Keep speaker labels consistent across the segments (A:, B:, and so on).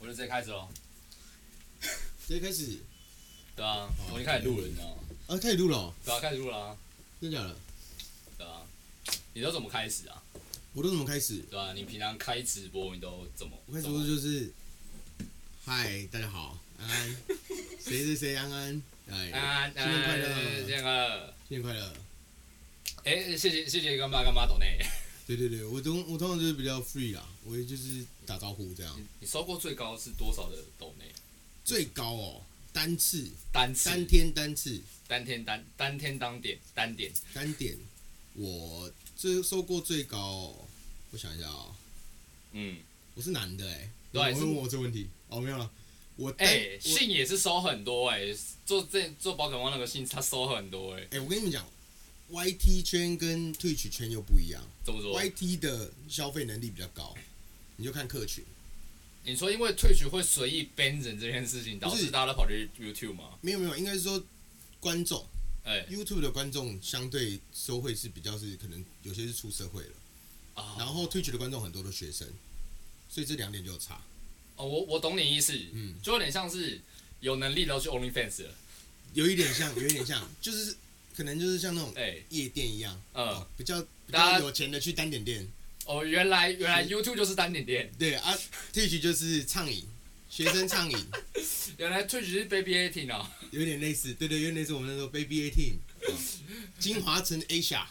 A: 就直接开始喽。
B: 直接开始，
A: 对啊，我已经开始录了，你知道吗？
B: 啊，哦开始录了哦、
A: 对啊，开始录了、啊，
B: 真的假的？
A: 对啊。你都怎么开始啊？
B: 我都怎么开始？
A: 对啊，你平常开直播你都怎么？
B: 我开始录就是，嗨，大家好，安安，谁谁谁安安，哎，
A: 啊，
B: 新年快乐嗯
A: 哎这个，
B: 新年快乐。
A: 哎、谢谢谢谢干爸干妈懂内。
B: 对对对，我通我通常就是比较 free 啦，我也就是打招呼这样。
A: 你收过最高是多少的懂内？
B: 最高哦，单次
A: 单次
B: 三天单次
A: 单天单单天当点单点
B: 单点，我最收过最高、哦，我想一下哦，
A: 嗯，
B: 我是男的哎、
A: 对啊
B: 我
A: 是
B: 问我这问题哦，没有了，我
A: 哎、
B: 单我
A: 信也是收很多哎、做这做宝可梦那个信他收很多哎、
B: 哎、我跟你们讲，YT 圈跟 Twitch 圈又不一样
A: 怎么说？
B: ，YT 的消费能力比较高，你就看客群。
A: 你说因为退学会随意 ban 人这件事情，导
B: 不是
A: 致大家都跑去 YouTube 吗？
B: 没有没有，应该是说观众
A: 哎、
B: YouTube 的观众相对收会是比较是可能有些是出社会了，
A: 啊，
B: 然后 Twitch 的观众很多都学生，所以这两点就有差。
A: 哦，我我懂你意思，
B: 嗯
A: 就有点像是有能力都去 OnlyFans 了，
B: 有一点像，有一点像，就是可能就是像那种
A: 哎、
B: 夜店一样，
A: 嗯
B: 哦比较比
A: 大家
B: 较有钱的去单点店，
A: 哦，原来原来 YouTube 就是单点店，
B: 对啊，Twitch 就是畅饮，学生畅饮。
A: 原来退学是 Baby Eighteen 啊，
B: 有点类似，对对，有点类似我们那时候 Baby Eighteen，金哦华城 Asia，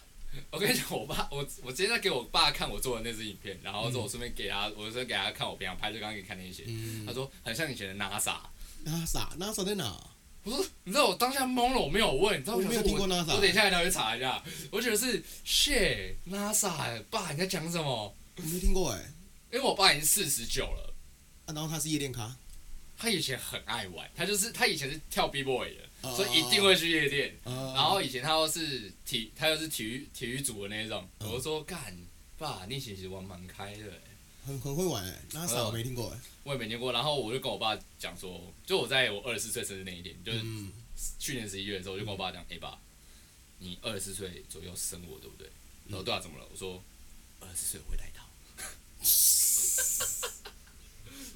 A: 我跟你讲，我爸我我今天在给我爸看我做的那支影片，然后说我顺便给他，我顺便给他看我平常拍，就刚刚给你看那些，
B: 嗯
A: 他说很像以前的 NASA。
B: ，NASA NASA 在哪？
A: 我说，你知道我当下懵了，我没有问，你知道想说
B: 我没有听过 NASA
A: 我等一下来去查一下。我觉得是 shit NASA，爸你在讲什么？
B: 我没听过哎、
A: 因为我爸已经四十九了，
B: 啊，然后他是夜店咖，
A: 他以前很爱玩，他就是他以前是跳 B boy 的，
B: 哦
A: 所以一定会去夜店。
B: 呃，
A: 然后以前他又是体，他又是体育体育组的那种。
B: 嗯
A: 我就说干爸，你以前其实玩蛮开的、欸。
B: 很很会玩哎、n a s
A: 呃
B: a 我没听过哎、
A: 我也没听过，然后我就跟我爸讲说，就我在我二十四岁生日那一天，就是
B: 嗯，
A: 去年十一月的时候，我就跟我爸讲：“哎、爸，你二十四岁左右生我，对不对？”
B: 嗯
A: 然后对啊，怎么了？我说：“二十四岁我会来 到。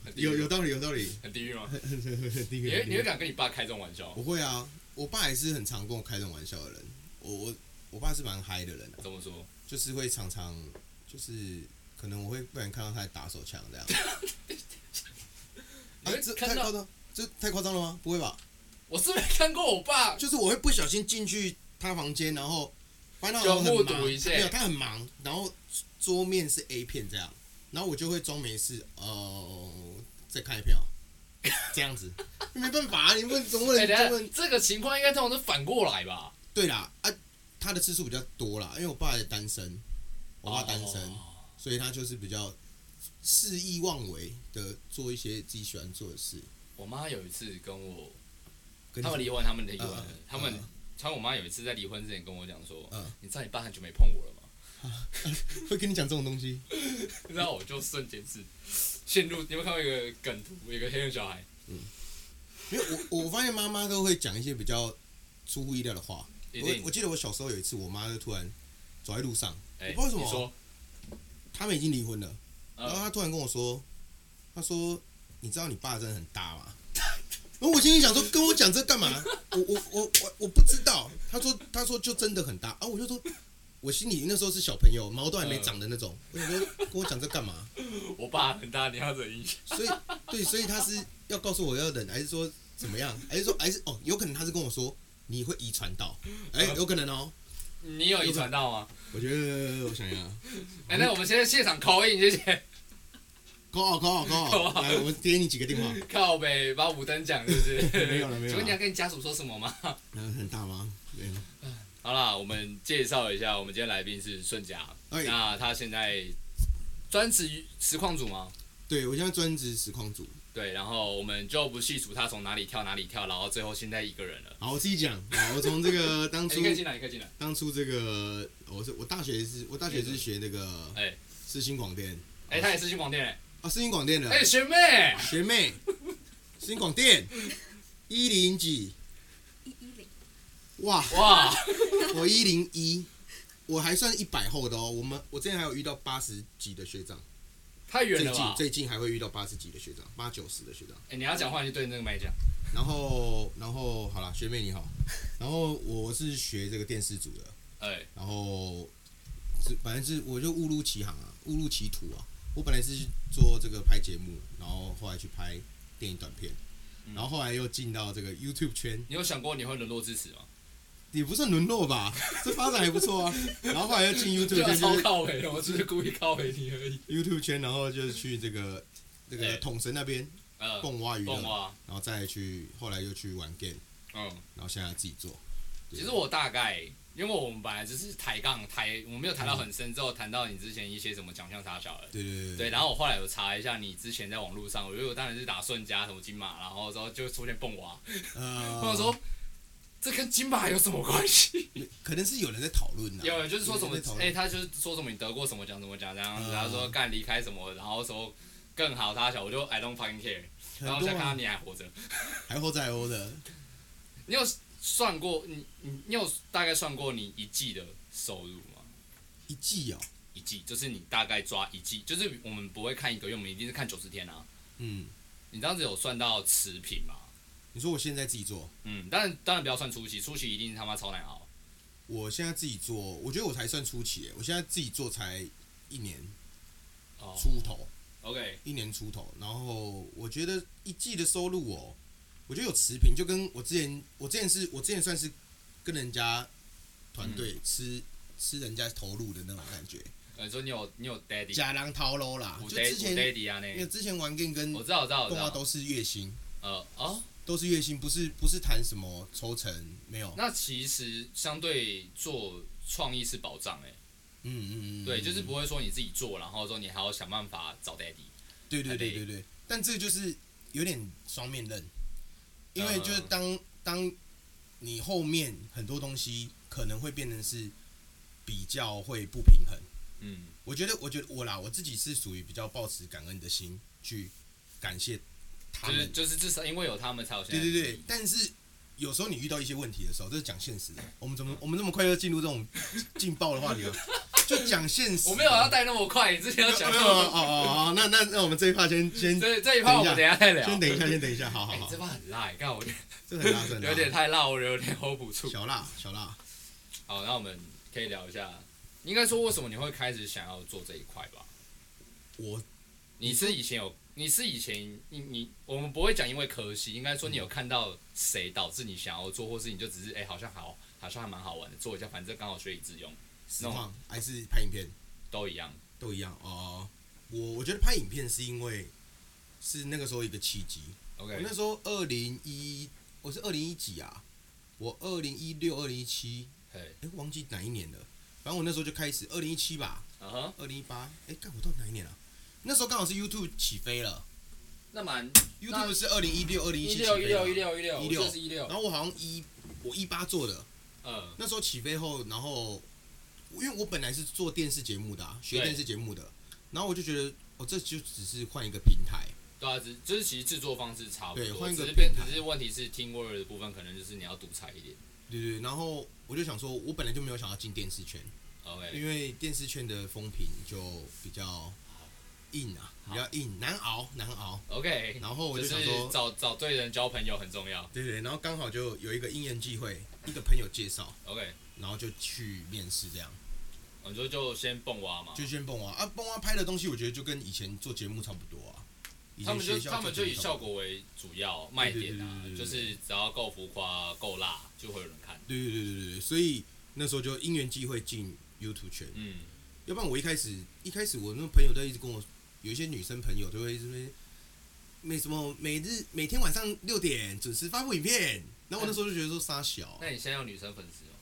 A: 很地狱
B: 有
A: 吗
B: 有道理有道理，
A: 很地狱吗？
B: 第
A: 你
B: 一个
A: 会你会敢跟你爸开这种玩笑？
B: 我会啊，我爸也是很常跟我开这种玩笑的人，我我我爸是蛮嗨的人、啊，
A: 怎么说？
B: 就是会常常就是可能我会不然看到他在打手枪 这样，
A: 你
B: 啊，
A: 会
B: 这太
A: 哎看到？
B: 夸张，这太夸张了吗？不会吧？
A: 我是没看过我 爸，
B: 就是我会不小心进去他房间，然后发现他
A: 就
B: 好像很
A: 目
B: 忙
A: 睹一切
B: 没有，他很忙，然后桌面是 A 片这样，然后我就会装没事，哦、再看一票， 这样子，没办法、啊，你问总不
A: 哎、
B: 能
A: 等
B: 总不
A: 一
B: 能
A: 下这个情况应该通常是反过来吧？
B: 对啦啊，他的次数比较多啦，因为我爸也单身，我爸单身，
A: 哦
B: 所以他就是比较肆意妄为的做一些自己喜欢做的事。
A: 我妈有一次跟我，
B: 跟
A: 他们
B: 你
A: 离婚，他们离婚了，
B: 嗯
A: 他们
B: 嗯，
A: 他们我妈有一次在离婚之前跟我讲说：“
B: 嗯
A: 你知道你爸很久没碰我了吗？”
B: 会跟你讲这种东西，
A: 然后我就瞬间是陷入，你有没有看过一个梗图，有一个黑人小孩，
B: 因为我我发现妈妈都会讲一些比较出乎意料的话。
A: 一
B: 我
A: 定
B: 我，记得我小时候有一次，我妈就突然走在路上，
A: 哎，
B: 我不知道为
A: 你
B: 什么
A: 说，
B: 他们已经离婚了，然后
A: 呃，
B: 她突然跟我说，她说：“你知道你爸真的很大吗？” 然后我心里想说，跟我讲这干嘛？我我我我我不知道。她说她说就真的很大啊，我就说。我心里那时候是小朋友，毛都还没
A: 嗯
B: 长的那种。我想说，跟我讲这干嘛？
A: 我爸很大，你要忍一下。
B: 所以，对，所以他是要告诉我要忍，还是说怎么样？还是说，还是哦，有可能他是跟我说你会遗传到，哎、有可能哦。
A: 你有遗传到吗？
B: 我觉得，我想一下，
A: 哎，那我们现在现场 call in，谢谢，
B: 高傲高傲高傲，来，我们给你几个电 话，
A: 靠北，把五等奖是不是？
B: 没有了没有了
A: 请问你要跟你家属说什么吗？
B: 然后很大吗？没有，
A: 好啦，我们介绍一下，我们今天来宾是顺佳，
B: 哎
A: 那他现在专职实况组吗？
B: 对我现在专职实况组，
A: 对，然后我们就不细数他从哪里跳哪里跳，然后最后现在一个人了。
B: 好，我自己讲，好，我从这 哦个当
A: 哎
B: 初
A: 你可以进来，你可以进来。
B: 当初这个，我是我大学是，我大学是学那个，
A: 哎，
B: 世新广电
A: 哎，他也是去广电嘞。
B: 啊，世新广电的
A: 哎，学妹，
B: 学妹，世新广 电一零几，
C: 一一零，
B: 哇，
A: 哇！
B: 我一零一，我还算一百后的哦，我们我之前还有遇到八十几的学长，
A: 太远
B: 最
A: 了
B: 近
A: 吧？
B: 最近还会遇到八十几的学长，八九十的学长。
A: 哎、你要讲话就对那个麦讲，
B: 然后然后好啦，学妹你好，然后我是学这个电视组的，
A: 哎、
B: 然后是反正是我就误入歧行啊，误入歧途啊。我本来是做这个拍节目，然后后来去拍电影短片，
A: 嗯
B: 然后后来又进到这个 YouTube 圈，
A: 你有想过你会沦落至此吗？
B: 也不算沦落吧，这发展还不错啊。然后后来又进 YouTube 圈，就
A: 超
B: 是
A: 靠北的，我只是故意靠北你而已。
B: YouTube 圈，然后就是去这个这个
A: 哎
B: 统神那边
A: 呃，
B: 蹦蛙娱乐，
A: 蹦蛙，
B: 然后再去后来又去玩 game，
A: 嗯，
B: 然后现在自己做。对
A: 其实我大概，因为我们本来只是抬杠抬，我们没有谈到很深，之后谈到你之前一些什么奖项啥小的。
B: 对对对
A: 对，
B: 对，
A: 然后我后来有查一下你之前在网络上，我因为我当然是打顺加什么金马，然后之后就出现蹦娃，
B: 呃
A: 我想说这跟金马有什么关系？
B: 可能是有人在讨论呢，
A: 有人就是说什么
B: 有人在讨，
A: 哎、
B: 论
A: 他就是说什么你得过什么奖什么奖这样子，
B: 嗯
A: 然后说干离开什么，然后说更好他小，我就 I don't fucking care，然后
B: 很
A: 我
B: 多
A: 想看到
B: 啊，
A: 你还活着，
B: 还后在欧的，
A: 你有算过你你你有大概算过你一季的收入吗？
B: 一季哦，
A: 一季就是你大概抓一季，就是我们不会看一个月，我们一定是看九十天啊。
B: 嗯，
A: 你这样子有算到持平吗？
B: 你说我现在自己做，
A: 嗯，当然当然不要算初期，初期一定他妈超难熬。
B: 我现在自己做，我觉得我才算初期耶，我现在自己做才一年
A: 哦
B: 出头，
A: ，OK，
B: 一年出头，然后我觉得一季的收入哦，我觉得有持平，就跟我之前，我之前是我之前算是跟人家团队
A: 嗯
B: 吃。吃人家投入的那种感觉，
A: 呃，你说你有你有 daddy，
B: 假狼掏喽啦！
A: 嗯我
B: 就之
A: daddy 我
B: 前，
A: daddy 啊
B: 因为
A: 那，
B: 之前玩 game 跟
A: 我知道我知道我知
B: 动画
A: 道，
B: 都是月薪，
A: 呃哦，
B: 都是月薪，不是不是谈什么抽成，没有。
A: 那其实相对做创意是保障哎、
B: 嗯嗯嗯，
A: 对，就是
B: 嗯
A: 不会说你自己做，然后之后你还要想办法找 daddy，
B: 对对
A: 还
B: 对
A: 得
B: 对对，但这就是有点双面刃，因为就是
A: 嗯
B: 当、当你后面很多东西可能会变成是比较会不平衡。
A: 嗯
B: 我觉得，我觉得我啦，我自己是属于比较抱持感恩的心去感谢他
A: 就是嗯
B: 们。
A: 就是至少因为有他们才有现
B: 对
A: 在的
B: 对
A: 你，
B: 对，但是有时候你遇到一些问题的时候，这是讲现实的。我们怎么我们那么快就进入这种劲爆的话题了？ 就讲现实。
A: 我没有要带那么快，你之前要讲
B: 没有哦哦哦，那那那我们这一趴先先
A: 这这一趴我们等一下再聊。
B: 先等一下，先等一下，好好
A: 啊哎，
B: 好
A: 这，把很辣，你看我
B: 这很大声，啊
A: 有点太辣，我有点 hold 不住。
B: 小辣小辣。
A: 好，那我们可以聊一下，应该说为什么你会开始想要做这一块吧？
B: 我
A: 你是以前有，你是以前你你，我们不会讲因为可惜，应该说你有看到谁导致你想要做，或是你就只是哎、好像好好像还蛮好玩的，做一下，反正刚好学以致用，
B: 实况还是拍影片
A: 都一样。
B: 都一样哦。我我觉得拍影片是因为是那个时候一个契机。我
A: OK，
B: 那时候二零一，我是二零一几啊？我二零一六、二零一七，
A: 嘿，
B: 哎，忘记哪一年了。反正我那时候就开始，二零一七吧，
A: 嗯哼，
B: 二零一八，哎，干我到底哪一年啊？那时候刚好是 YouTube 起飞了
A: 那蛮
B: ，YouTube 是二零一六、二零
A: 一
B: 一七起
A: 六一
B: 飞
A: 六
B: 了
A: 一。六一六，
B: 16
A: 这是一六
B: 然，后我好像一我一八做的，
A: 嗯
B: 那时候起飞后，然后因为我本来是做电视节目的、啊，学
A: 对
B: 电视节目的，然后我就觉得，哦，这就只是换一个平台，
A: 对啊，只就是其实制作方式差不
B: 对
A: 多，
B: 换一
A: 只
B: 个
A: 是变，
B: 平台
A: 只是问题是 team work 的部分可能就是你要独裁一点。
B: 对对。对然后我就想说，我本来就没有想要进电视圈，
A: OK，
B: 因为电视圈的风评就比较硬啊，比较硬，难熬，难熬。
A: OK，
B: 然后我
A: 就
B: 就想
A: 是
B: 说，
A: 找找对人交朋友很重要。
B: 对对，然后刚好就有一个因缘际会，一个朋友介绍，
A: OK，
B: 然后就去面试，这样
A: 我就就先蹦蛙嘛，
B: 就先蹦蛙啊，蹦蛙拍的东西，我觉得就跟以前做节目差不多啊。以前
A: 他们就
B: 学校
A: 他们
B: 做
A: 就
B: 节
A: 以
B: 目差不多
A: 效果为主要卖点啊，
B: 对对对对对对
A: 就是只要够浮夸、够辣，就会有人看。
B: 对对对对对，所以那时候就因缘际会进 YouTube 圈，
A: 嗯，
B: 要不然我一开始一开始我那朋友都一直跟我，有一些女生朋友都会这边，没什么每日每天晚上六点准时发布影片，然后我那时候就觉得说傻小啊，
A: 那你现在有女生粉丝哦，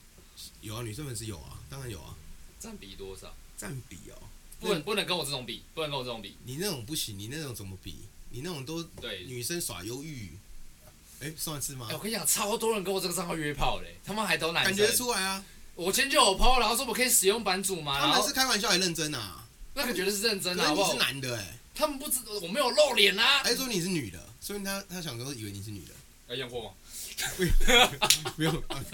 B: 有啊，女生粉丝有啊，当然有啊，
A: 占比多少？
B: 占比哦，
A: 不能不能跟我这种比，不能跟我这种比。
B: 你那种不行，你那种怎么比？你那种都
A: 对，
B: 女生耍忧郁，哎，算是吗
A: 哎、？我跟你讲，超多人跟我这个账号约炮嘞，他妈还都男
B: 感
A: 生。
B: 觉得出来啊，
A: 我今天就有 PO，然后说我可以使用版主嘛，
B: 他
A: 然
B: 们
A: 后
B: 是开玩笑还认真啊，
A: 那个绝对是认
B: 可
A: 真的，
B: 是
A: 好不
B: 你
A: 好
B: 是？男的哎，
A: 他们不知我没有露脸啊。
B: 还说你是女的，所以他他想说以为你是女的。
A: 要验哎货吗？
B: 不用，啊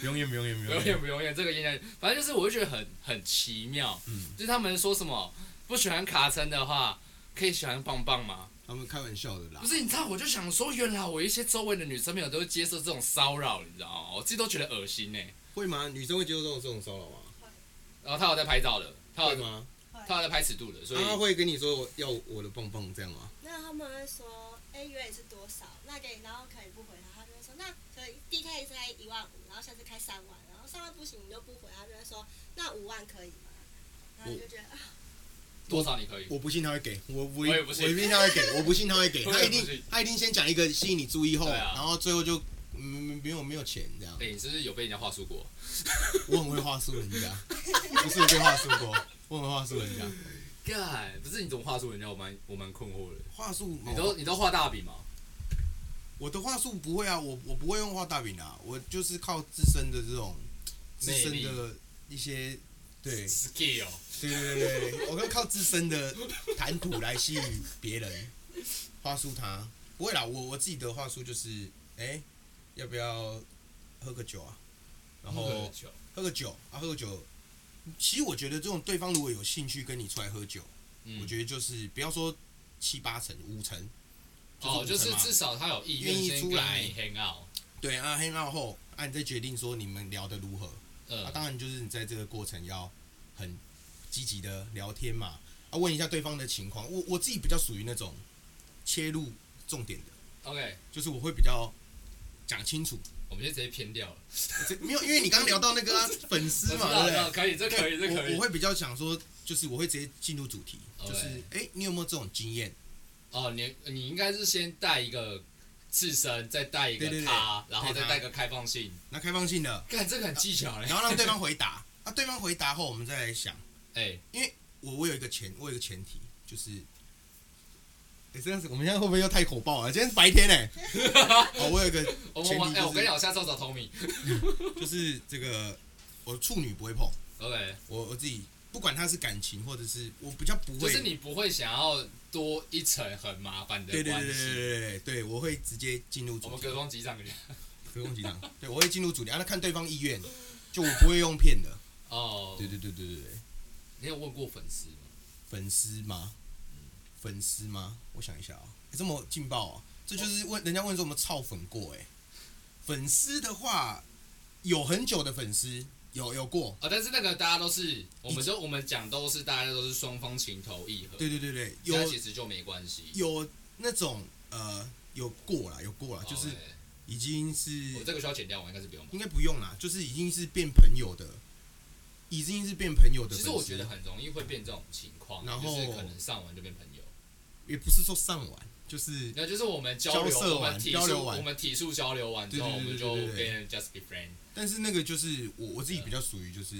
B: 不用验，不用验，不
A: 不用验，不用验，这个验验，反正就是我就觉得很很奇妙，
B: 嗯
A: 就是他们说什么不喜欢卡层的话，可以喜欢棒棒吗？
B: 他们开玩笑的啦
A: 不。是，你知道，我就想说，原来我一些周围的女生朋友都会接受这种骚扰，你知道吗？我自己都觉得恶心呢、
B: 会吗？女生会接受这种这种骚扰吗？
A: 然后他有在拍照的，他
B: 会
A: 有
B: 吗？
A: 他有在拍尺度的，所以
B: 他会跟你说我要我的棒棒这样吗？
C: 那他们会说，哎、原来是多少？那给你，然后可以不回他，他就会说，那可以第一开始开一万五，然后下次开三万，然后三万不行你就不回，他就会说，那五万可以吗？然后你就觉得啊，
A: 多少你可以？
B: 我不信他会给，我我
A: 我也不信
B: 我一定他会给，我不信他会 给，
A: 我也
B: 他一
A: 不
B: 定
A: 信
B: 他一定先讲一个吸引你注意后，
A: 对啊
B: 然后最后就嗯没有没有钱这样。
A: 哎、你是不是有被人家话术过？
B: 我很会话术 人家，不是我被话术过，我很会话术人家，
A: 干，不是你怎么话术人家，我蛮我蛮困惑的。
B: 话术哦
A: 你都你都画大饼吗？
B: 我的话术不会啊，我我不会用画大饼啊，我就是靠自身的这种自
A: 魅
B: 身
A: 力
B: 的一些对
A: skill，
B: 对对对 对，我会靠自身的谈吐来吸引别人，话术他不会啦，我我自己的话术就是，哎、要不要喝个酒啊？然后喝个酒啊，喝个酒。其实我觉得这种对方如果有兴趣跟你出来喝酒，
A: 嗯
B: 我觉得就是不要说七八成、五成，
A: 哦，就
B: 五成
A: 是
B: 嘛
A: 至少他有意愿
B: 愿意
A: 先
B: 出
A: 跟
B: 来
A: 你 hang out，
B: 对啊，黑闹后啊，你再决定说你们聊得如何。啊，
A: 呃，
B: 当然就是你在这个过程要很积极的聊天嘛，啊，问一下对方的情况。我我自己比较属于那种切入重点的，
A: OK，
B: 就是我会比较讲清楚。
A: 我们就直接偏掉了。
B: 这没有，因为你刚刚聊到那个啊、粉 丝
A: 我
B: 嘛，
A: 知道
B: 对不
A: 知道
B: 对？哎
A: 可以，这可以，这可
B: 我我
A: 以。
B: 会比较想说，就是我会直接进入主题，
A: OK
B: 就是哎、诶你有没有这种经验？
A: 哦，你你应该是先带一个自身，再带一个
B: 对对对
A: 他，然后
B: 对
A: 再
B: 他
A: 带个开放性。
B: 那开放性的，
A: 干，这个很技巧嘞
B: 然。后让对方回答，啊，对方回答后我们再来想。
A: 哎，
B: 我我有一个前，我有一个前提就是，哎、这样子我们现在会不会又太火爆了？今天是白天哎、哦，我有一个
A: 我
B: 前
A: 们玩，
B: 提就
A: 哎，我
B: 是
A: 跟你讲，我下次要找 Tommy。
B: 就是这个，我处女不会碰，
A: OK，
B: 我我自己不管他是感情或者是我比较不
A: 就
B: 会，
A: 是你不会想要多一层很麻烦的
B: 对对对
A: 关
B: 对对
A: 系。
B: 对对对，我会直接进入
A: 我
B: 主
A: 们
B: 题
A: 隔，空击掌一下。
B: 隔空击掌，对我会进入主题，啊，那看对方意愿，就我不会用骗的，
A: 哦，
B: 对对对对对对，
A: 你有问过粉丝吗？
B: 粉丝吗？粉丝吗？我想一下啊、诶这么劲爆、哦，这就是问人家问说我们操粉过哎、诶粉丝的话有很久的粉丝有有过，
A: 啊，但是那个大家都是，我们就我们讲都是大家都是双方情投意合，
B: 对对对对，有
A: 那其实就没关系。
B: 有那种呃有过啦，有过啦，就是
A: 哦哎
B: 已经是
A: 我这个需要剪掉吗，我应该是不用吧。
B: 应该不用啦，就是已经是变朋友的，已经是变朋友的
A: 其
B: 粉丝。
A: 实我觉得很容易会变这种情况，
B: 然
A: 就是
B: 后
A: 可能上完就变朋友。
B: 也不是说上完，就是
A: 那就是我们交
B: 交
A: 流，
B: 涉
A: 我
B: 完
A: 们体
B: 交
A: 术，
B: 流完
A: 我们体术交流完之后，我
B: 对对
A: 们
B: 对对
A: 就
B: 对对对
A: 变 just be friend。
B: 但是那个就是我我自己比较属于就是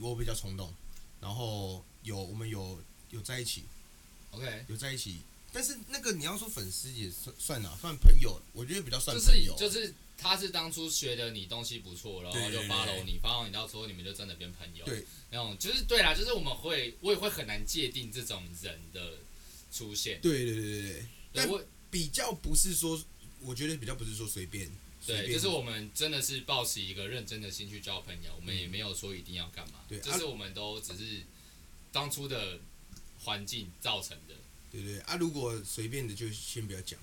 B: 我比较冲动，然后有我们有有在一起，
A: OK，
B: 有在一起，但是那个你要说粉丝也算算啦，算朋友，我觉得比较算
A: 就
B: 朋
A: 是
B: 友，啊
A: 就是他是当初学的你东西不错，然后
B: 对
A: 就
B: 对对
A: follow
B: 对
A: 你，follow 你到时候你们就真的变朋友。
B: 对，
A: 那种就是对啦，就是我们会我也会很难界定这种人的出现。
B: 对对对对对，
A: 对，
B: 但
A: 我
B: 比较不是说，我觉得比较不是说随便，随
A: 对，
B: 便
A: 就是我们真的是抱持一个认真的心去交朋友，我们也没有说一定要干嘛，
B: 嗯对啊
A: 就是我们都只是当初的环境造成的。
B: 对对对啊，如果随便的就先不要讲，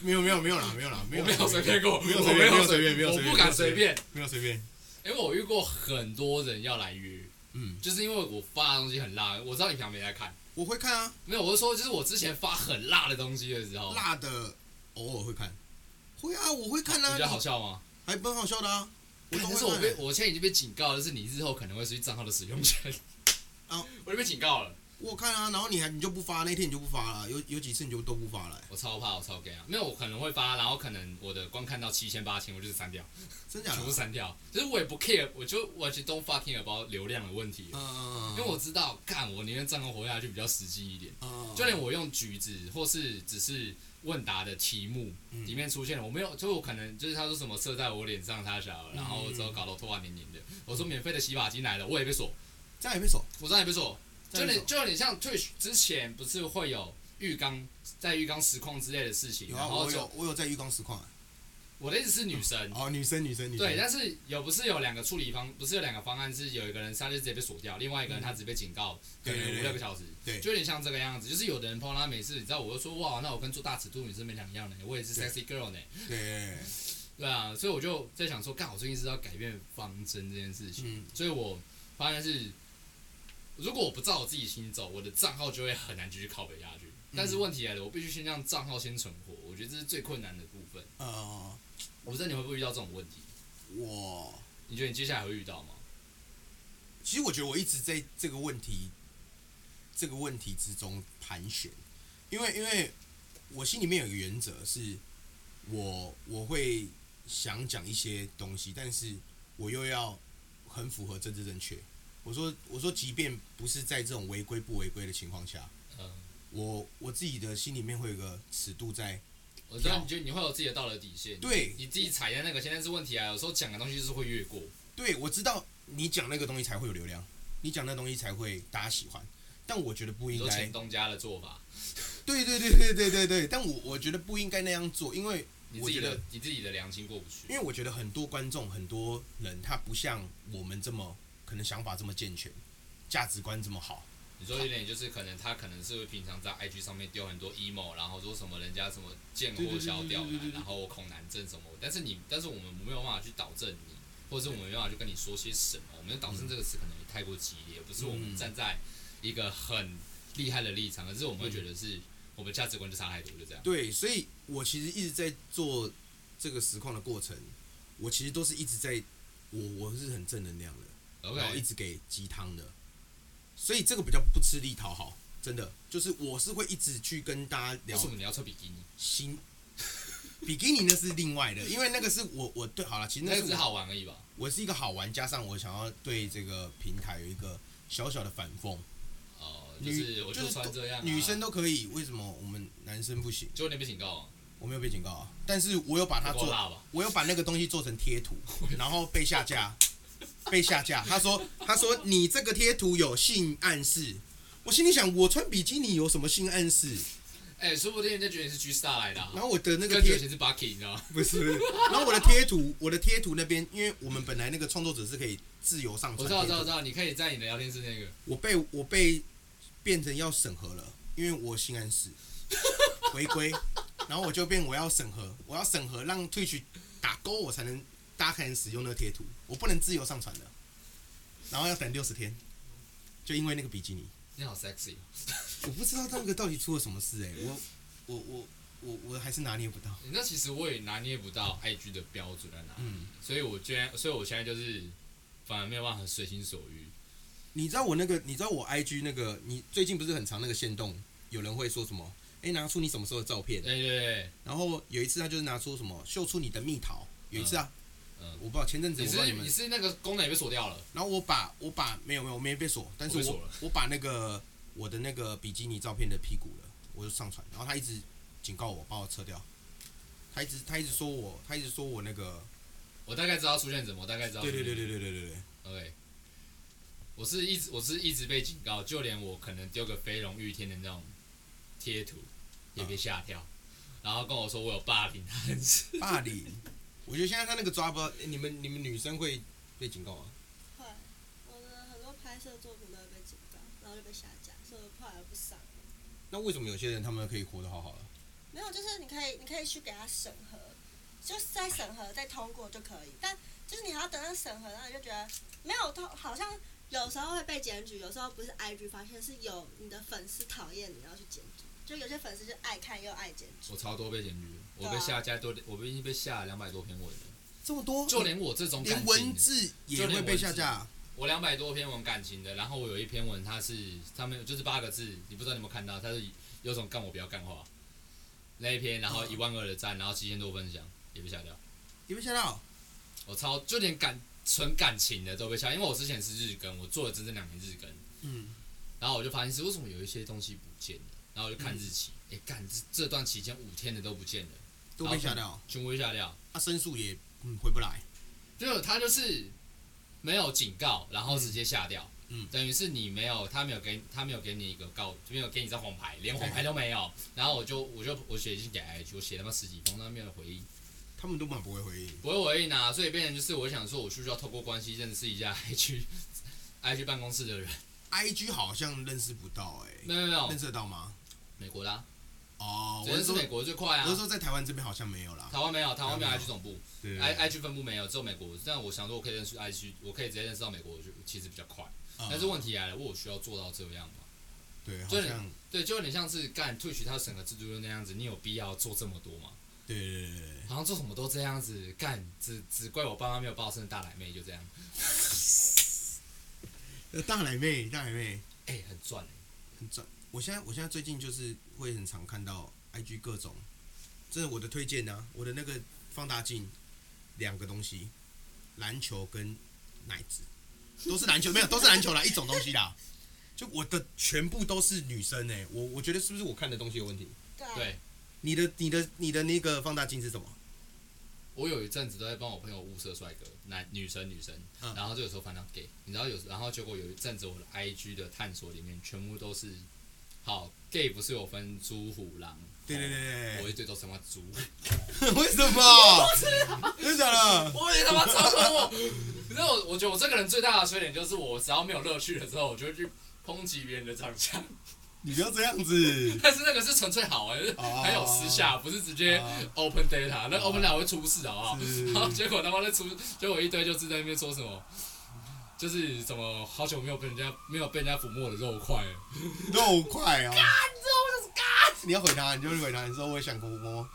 B: 没有没有没有啦没有啦没
A: 我
B: 有啦
A: 没有随便过，
B: 没有
A: 我
B: 随
A: 没
B: 便没
A: 有
B: 有随便没有
A: 我
B: 随便
A: 不敢随便，
B: 没有随便，
A: 因为我遇过很多人要来约，
B: 嗯，
A: 就是因为我发的东西很辣，我知道你平常没在看。
B: 我会看啊，
A: 没有，我是说，就是我之前发很辣的东西的时候，
B: 辣的偶尔会看，会啊我会看
A: 你
B: 啊，
A: 觉得好笑吗？
B: 还蛮好笑的啊。我都
A: 但
B: 会
A: 是我
B: 看
A: 被
B: 欸
A: 我现在已经被警告了，就是你日后可能会失去账号的使用权。
B: 哦，
A: 我就被警告了，
B: 我看啊，然后你还你就不发，那天你就不发了，有有几次你就都不发了、欸
A: 我超怕，我超 gay 啊！没有，我可能会发，然后可能我的观看到七千八千，我就是删掉，
B: 真假的
A: 全部？删掉。就是我也不 care，我就我去 don't fucking about 流量的问题
B: 嗯，嗯
A: 因
B: 嗯，
A: 为我知道，干我宁愿账号活下去比较实际一点。
B: 嗯
A: 就连我用举止或是只是问答的题目
B: 嗯
A: 里面出现了，我没有，就我可能就是他说什么射在我脸上，他小，然后之后搞得我头发黏黏的。我说免费的洗发精来了，我也被锁，
B: 这样也被锁，
A: 我这样也被锁，
B: 这
A: 就
B: 样也
A: 你
B: 被
A: 就有点像 Twitch 之前不是会有浴缸在浴缸实况之类的事情，
B: 有
A: 然
B: 啊，
A: 后
B: 我
A: 就
B: 有我有在浴缸实况、啊，
A: 我的意思是女生，
B: 哦，女生女生女生，
A: 对，但是有不是有两个处理方，不是有两个方案是有一个人他就直接被锁掉，另外一个人他只被警告可
B: 对
A: 能
B: 对
A: 五
B: 对
A: 六个小时，
B: 对
A: 就有点像这个样子。就是有的人碰到他没事，你知道，我就说哇，那我跟做大尺度女生没两样呢，我也是
B: 对
A: sexy girl 呢，
B: 对对，
A: 对啊，所以我就在想说，干，我最近是要改变方针这件事情，
B: 嗯，
A: 所以我发现是，如果我不照我自己心走，我的账号就会很难继续靠北下去。
B: 嗯
A: 但是问题来了，我必须先让账号先存活，我觉得这是最困难的部分。
B: 呃，
A: 我不知道你会不会遇到这种问题，
B: 我
A: 你觉得你接下来会遇到吗？
B: 其实我觉得我一直在这个问题这个问题之中盘旋，因为因为我心里面有个原则是，我我会想讲一些东西，但是我又要很符合政治正确。我说我说，即便不是在这种违规不违规的情况下，
A: 嗯，
B: 我我自己的心里面会有个尺度在，
A: 我知道你觉得你会有自己的道德底线，
B: 对
A: 你自己踩在那个现在是问题啊。有时候讲的东西就是会越过，
B: 对，我知道你讲那个东西才会有流量，你讲那东西才会大家喜欢，但我觉得不
A: 比
B: 应
A: 如说
B: 该
A: 前。东家的做法，
B: 对对对对对对对，但我我觉得不应该那样做，因为
A: 你
B: 我
A: 自己
B: 觉
A: 的
B: 得，
A: 你自己的良心过不去
B: 因。为我觉得很多观众很多人他不像我们这么可能想法这么健全，价值观这么好。
A: 你说有点就是可能他可能是会平常在 IG 上面丢很多 emo，然后说什么人家什么贱货小屌
B: 对对对对对
A: 男，
B: 对
A: 然后恐男症什么，但是你但是我们没有办法去导正你，或者是我们没有办法去跟你说些什么，我们导正这个词可能也太过激烈，不是我们
B: 嗯
A: 站在一个很厉害的立场，而是我们会觉得是我们价值观就差太多，就这样。
B: 对，所以我其实一直在做这个实况的过程，我其实都是一直在，我我是很正能量的。然后一
A: OK，
B: 直给鸡汤的，所以这个比较不吃力讨好，真的就是我是会一直去跟大家
A: 为
B: 聊
A: 什么你要穿比基尼？
B: 心。比基尼那是另外的，因为那个是我我对好了，其实
A: 那
B: 那
A: 个只
B: 是
A: 是
B: 我
A: 好玩而已吧。
B: 我是一个好玩，加上我想要对这个平台有一个小小的反讽，
A: 哦，就
B: 女
A: 是我
B: 就是
A: 穿
B: 都
A: 这样啊，
B: 女生都可以，为什么我们男生不行？
A: 就那被警告啊，
B: 我没有被警告啊，但是我有把它
A: 不够
B: 做
A: 辣吧？
B: 我有把那个东西做成贴 图，然后被下架，被下架。他说，他说你这个贴图有性暗示。我心里想，我穿比基尼有什么性暗示？
A: 哎，说不定人家觉得你是 G Star 来的啊，
B: 然后我的
A: 跟
B: 那个
A: 觉
B: 贴
A: 得你是 Bucky，你知 道吗？
B: 不是，然后我的贴图，我的贴图那边，因为我们本来那个创作者是可以自由上
A: 我
B: 传
A: 知道，我
B: 贴
A: 知道，我
B: 图
A: 知，道，你可以在你的聊天室那个，
B: 我被我被变成要审核了，因为我性暗示违规，然后我就变我要审核，我要审核让退去打勾，我才能大家才能使用那个贴图，我不能自由上传的，然后要等六十天，就因为那个比基尼，
A: 你好 sexy，
B: 我不知道那个到底出了什么事哎、我我我我我还是拿捏不到，
A: 那其实我也拿捏不到 IG 的标准在哪，
B: 嗯，
A: 所以我居然，所以我现在就是反而没有办法随心所欲。
B: 你知道我那个，你知道我 IG 那个，你最近不是很常那个限动，有人会说什么？哎、拿出你什么时候的照片？
A: 哎对对对，
B: 然后有一次他就是拿出什么秀出你的蜜桃，有一次啊，
A: 嗯嗯
B: 我不知道前阵子
A: 你
B: 我不知道
A: 是
B: 你们
A: 你，是那个功能也被锁掉了，
B: 然后我把我把没有没有我没被锁，但是
A: 我被
B: 我
A: 锁了
B: 我把那个我的那个比基尼照片的屁股了，我就上传，然后他一直警告我把我撤掉，他一直他一直说我他一直说我那个，
A: 我大概知道出现什么，我大概知道。
B: 对对对对对对对对，
A: ，OK。我是一直我是一直被警告，就连我可能丢个飞龙御天的那种贴图也被吓跳，然后跟我说我有霸凌他很深。
B: 霸凌，我觉得现在他那个抓不到，诶你们你们女生会被警告吗？
C: 会，啊我的很多拍摄作品都会被警告，然后就被下架，所以我后来不上了。
B: 那为什么有些人他们可以活得好好的？
C: 没有，就是你可以，你可以去给他审核，就是再审核再通过就可以。但就是你还要等到审核，然后你就觉得没有通，好像有时候会被检举，有时候不是 IG 发现，是有你的粉丝讨厌你，然后去检举。就有些粉丝就爱看又爱检举
A: 我，超多被检举，我
C: 对
A: 被
C: 啊
A: 下架多，我已经被下了两百多篇文了。
B: 这么多，
A: 就连我这种
B: 连
A: 感
B: 文
A: 情，
B: 字也会被下架，
A: 我两百多篇文感情的，然后我有一篇文，它是他们就是八个字，你不知道你有没有看到，它是有种干我不要干话那一篇，然后一万二的赞，然后七千多分享也被下掉，
B: 也被下到。
A: 我超就连感纯感情的都被下，因为我之前是日更，我做了整整两年日更，
B: 嗯，
A: 然后我就发现是为什么有一些东西不见了，然后我就看日期，哎、干这这段期间五天的都不见了，
B: 都被下掉，
A: 全部被下掉。
B: 他申诉也嗯回不来。
A: 就他就是没有警告，然后直接下掉，
B: 嗯
A: 等于是你没有，他没有给，他没有给你一个告，没有给你一张黄牌，连黄牌都没有。然后我就我就我写信给 IG，我写他妈十几封，他没有回应，
B: 他们都蛮不会回应。
A: 不会回应啊，所以变成就是我想说，我需不需要透过关系认识一下 IG IG 办公室的人？
B: I G 好像认识不到哎、
A: 没有没有没
B: 认
A: 有，
B: 识得到吗？
A: 美国啦，
B: 哦，我
A: 只
B: 是
A: 是
B: 说，
A: 美国最快
B: 我是
A: 啊。
B: 说在台湾这边好像没有啦。
A: 台湾没有，台湾没有
B: 台湾没有
A: IG 总部
B: 对
A: ，I IG 分部没有，只有美国。但我想说，我可以认识 IG，我可以直接认识到美国，我就其实比较快。
B: 啊
A: 但是问题来了，我有需要做到这样吗？
B: 对，好
A: 就是
B: 像
A: 对，就有点像是干 Twitch 它整个制度就那样子，你有必要做这么多吗？
B: 对对对对
A: 好像做什么都这样子，干只只怪我爸妈没有把我生大奶妹，就这样。
B: 对，呃大奶妹，大奶妹
A: 哎、很赚、欸，
B: 很赚。我现在我现在最近就是会很常看到 I G 各种，真的我的推荐啊，我的那个放大镜两个东西，篮球跟奶子，都是篮球，没有都是篮球啦，一 种东西啦。就我的全部都是女生哎、我我觉得是不是我看的东西有问题？
C: 对，啊
A: 对
B: 你的你的你的那个放大镜是什么？
A: 我有一阵子都在帮我朋友物色帅哥，男女生女生，
B: 嗯
A: 然后就有时候翻到 gay，你知道有，然后结果有一阵子我的 IG 的探索里面全部都是，好 gay 不是有分猪虎狼，
B: 对对
A: 我
B: 对
A: 一堆都是他妈猪，
B: 对，为什
A: 哦
B: 么？真的假的？
A: 我也他妈超恐我，你知道我我觉得我这个人最大的缺点就是我只要没有乐趣了之后，我就会去抨击别人的长相，
B: 你不要这样子。
A: 但是那个是纯粹好玩，哎就是
B: 哦
A: 还有私下，不是直接
B: 哦
A: open data，那 open data 会出事好不好？
B: 是
A: 然后结果他妈的出，结果一堆就是在那边说什么，就是什么好久没有被人家没有被人家抚摸的肉块了，
B: 肉块哦。你要回答，你就回答，你说我也想抚摸，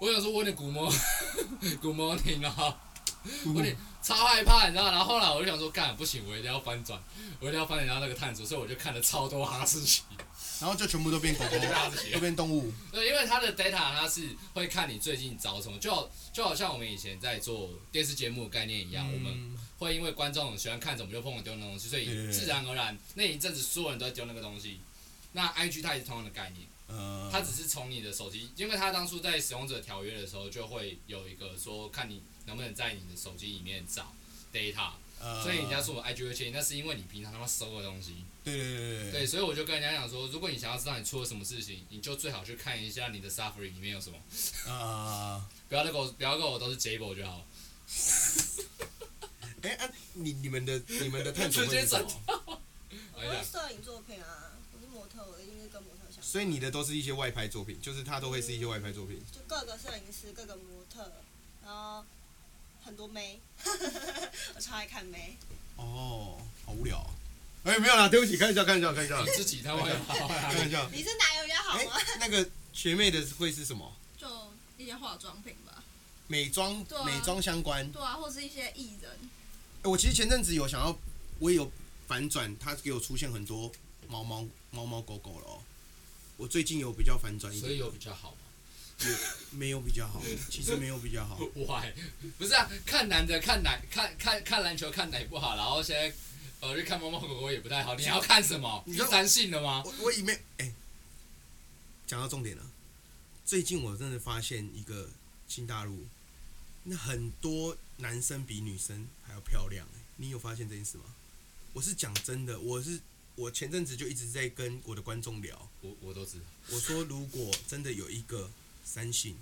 A: 我想说我有点古摸 古摸你啊，
B: 抚
A: 我
B: 摸
A: 有点超害怕，你知道？然后后来我就想说，干不行，我一定要翻转，我一定要翻转到那个探索，所以我就看了超多哈士奇，
B: 然后就全部都变狗 狗
A: 就，是哈士奇
B: 都。变动物。
A: 对，因为它的 data 它是会看你最近找什么，就好就好像我们以前在做电视节目的概念一样，我们
B: 嗯
A: 会因为观众喜欢看什么就碰我丢那东西，所
B: 对对
A: 以
B: 对
A: 自然而然那一阵子所有人都在丢那个东西。那 IG 它也是同样的概念，
B: 呃，
A: 它只是从你的手机，因为它当初在使用者条约的时候就会有一个说，看你能不能在你的手机里面找 data，
B: 呃
A: 所以人家说我 IG 会确定，那是因为你平常他妈搜的东西。
B: 对对对
A: 对，所以我就跟人家讲说，如果你想要知道你出了什么事情，你就最好去看一下你的 Safari 里面有什么，
B: 对啊。
A: 不要再给我不要跟我都是 Jable 就好。
B: 哎啊，你你们的你们的探索会是什
A: 直接
B: 么？
A: 我
C: 我
A: 跟你讲
C: 是，摄影作品啊，我是模特，我一定是跟模特相关，
B: 所以你的都是一些外拍作品，就是它都会是一些外拍作品。
C: 就各个摄影师、各个模特，然后很多妹， 我超爱看妹。
B: 哦，好无聊哦。哎，没有啦，对不起，开玩笑，开玩笑，开玩笑
A: 你，自己他妈啊要好
B: 开玩笑。
C: 你是哪有人家好
B: 哎
C: 吗？，
B: 那个学妹的会是什么？
D: 就一些化妆品吧，
B: 美妆
D: 对啊
B: 美妆相关。
D: 对啊，或是一些艺人，
B: 欸我其实前阵子有想要，我也有反转，它给我出现很多猫猫猫猫狗狗了哦。我最近有比较反转一
A: 所以
B: 点，
A: 有比较好吗
B: 没有比较好，其实没有比较好。
A: ？Why？不是啊，看男的看奶看看看篮球看奶不好，然后现在呃去看猫猫狗狗也不太好，你还要看什么？
B: 你
A: 第
B: 知道
A: 三性的吗？
B: 我我以为哎，讲、到重点了。最近我真的发现一个新大陆，那很多男生比女生还要漂亮、哎，你有发现这件事吗？我是讲真的，我是我前阵子就一直在跟我的观众聊，
A: 我我都知道，
B: 我说，如果真的有一个三性，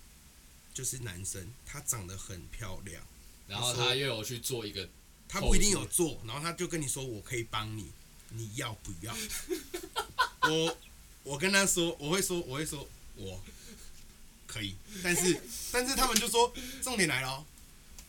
B: 就是男生，他长得很漂亮，
A: 然后他又有去做一个，
B: 他不一定有做，然后他就跟你说我可以帮你，你要不要？ 我我跟他说，我会说，我会说我可以，但是但是他们就说重点来了哦、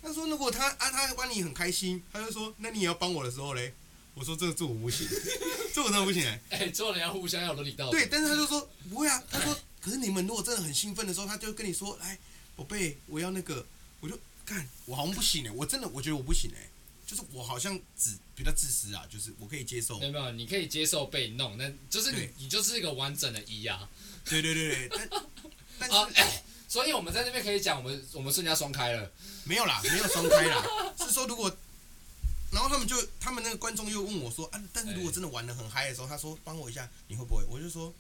B: 他说如果他啊他帮你很开心，他就说那你也要帮我的时候嘞，我说这个这我不行， 这我真的不行哎、
A: 哎、做人要互相要有伦理道德。
B: 对，但是他就说不会啊，他说，可是你们如果真的很兴奋的时候，他就跟你说，来，宝贝，我要那个，我就看我好像不行哎、我真的我觉得我不行哎、就是我好像只比较自私啊，就是我可以接受
A: 没，有没有，你可以接受被弄，但就是你
B: 对
A: 你就是一个完整的一啊。
B: 对对对对，但但
A: 啊
B: 是、，
A: 哎所以我们在这边可以讲，我们我们瞬间双开了。
B: 没有啦，没有双开啦，是说如果。然后他们就，他们那个观众又问我说啊，但是如果真的玩的很嗨的时候，他说帮我一下，你会不会？我就说，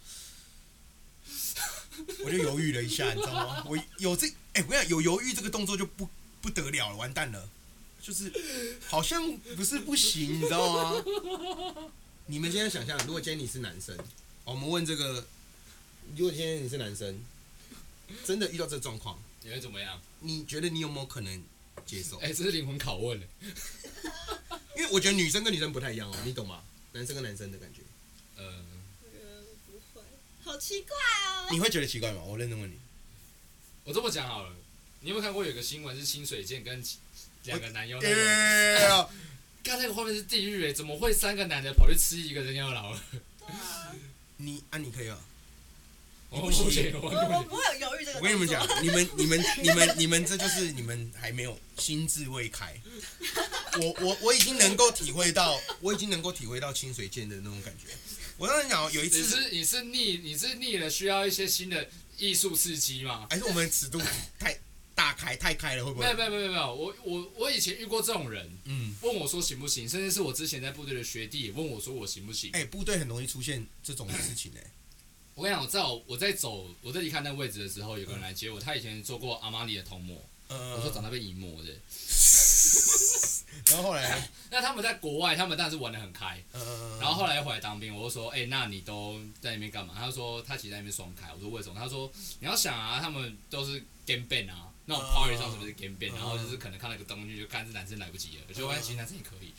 B: 我就犹豫了一下，你知道吗？我有这，哎、我跟你讲，有犹豫这个动作就不不得了了，完蛋了，就是好像不是不行，你知道吗？你们现在想象，如果今天你是男生，哦我们问这个，如果今天你是男生，真的遇到这个状况，
A: 你会怎么样？
B: 你觉得你有没有可能接受？
A: 哎、这是灵魂拷问了。
B: 因为我觉得女生跟女生不太一样哦，你懂吗？男生跟男生的感觉，
A: 呃，
C: 我觉得我不会，好奇怪哦。
B: 你会觉得奇怪吗？我认真问你，
A: 我这么讲好了，你有没有看过有个新闻是清水健跟两个男优那个？
B: 呃
A: 刚才那个画面是地狱哎、怎么会三个男的跑去吃一个人妖老二？
C: 对啊，
B: 你啊，你可以啊。
A: 我
B: 不行
A: 行，我
C: 我
A: 不
C: 我
A: 行
C: 不会有犹豫这个。
B: 我跟你们讲，，你们、你们、 你们、你们，这就是你们还没有心智未开。我、我、我已经能够体会到，我已经能够体会到清水剑的那种感觉。我跟你讲哦，有一
A: 你
B: 次
A: 是你是腻你是腻了，需要一些新的艺术刺激吗？
B: 还是我们尺度太大开太开了，会不
A: 没有
B: 会？
A: 没有没有没有，我我我以前遇过这种人，
B: 嗯，
A: 问我说行不行，甚至是我之前在部队的学弟也问我说我行不行。
B: 哎、部队很容易出现这种事情哎、
A: 我跟你讲，我在我我在走我在离开那个位置的时候，有个人来接我，他以前做过阿玛尼的童模，
B: 呃，
A: 我说长大被淫魔的。
B: 然后后来，
A: 那他们在国外，他们当然是玩的很开。
B: 呃，
A: 然后后来回来当兵，我就说，哎、那你都在那边干嘛？他说他其实在那边双开。我说为什么？他说你要想啊，他们都是 game ban 啊，那种
B: 嗯
A: party 上什么是 game ban，、
B: 嗯
A: 然后就是可能看了个东西就看是男生来不及了，就发哎现其实男生也可以。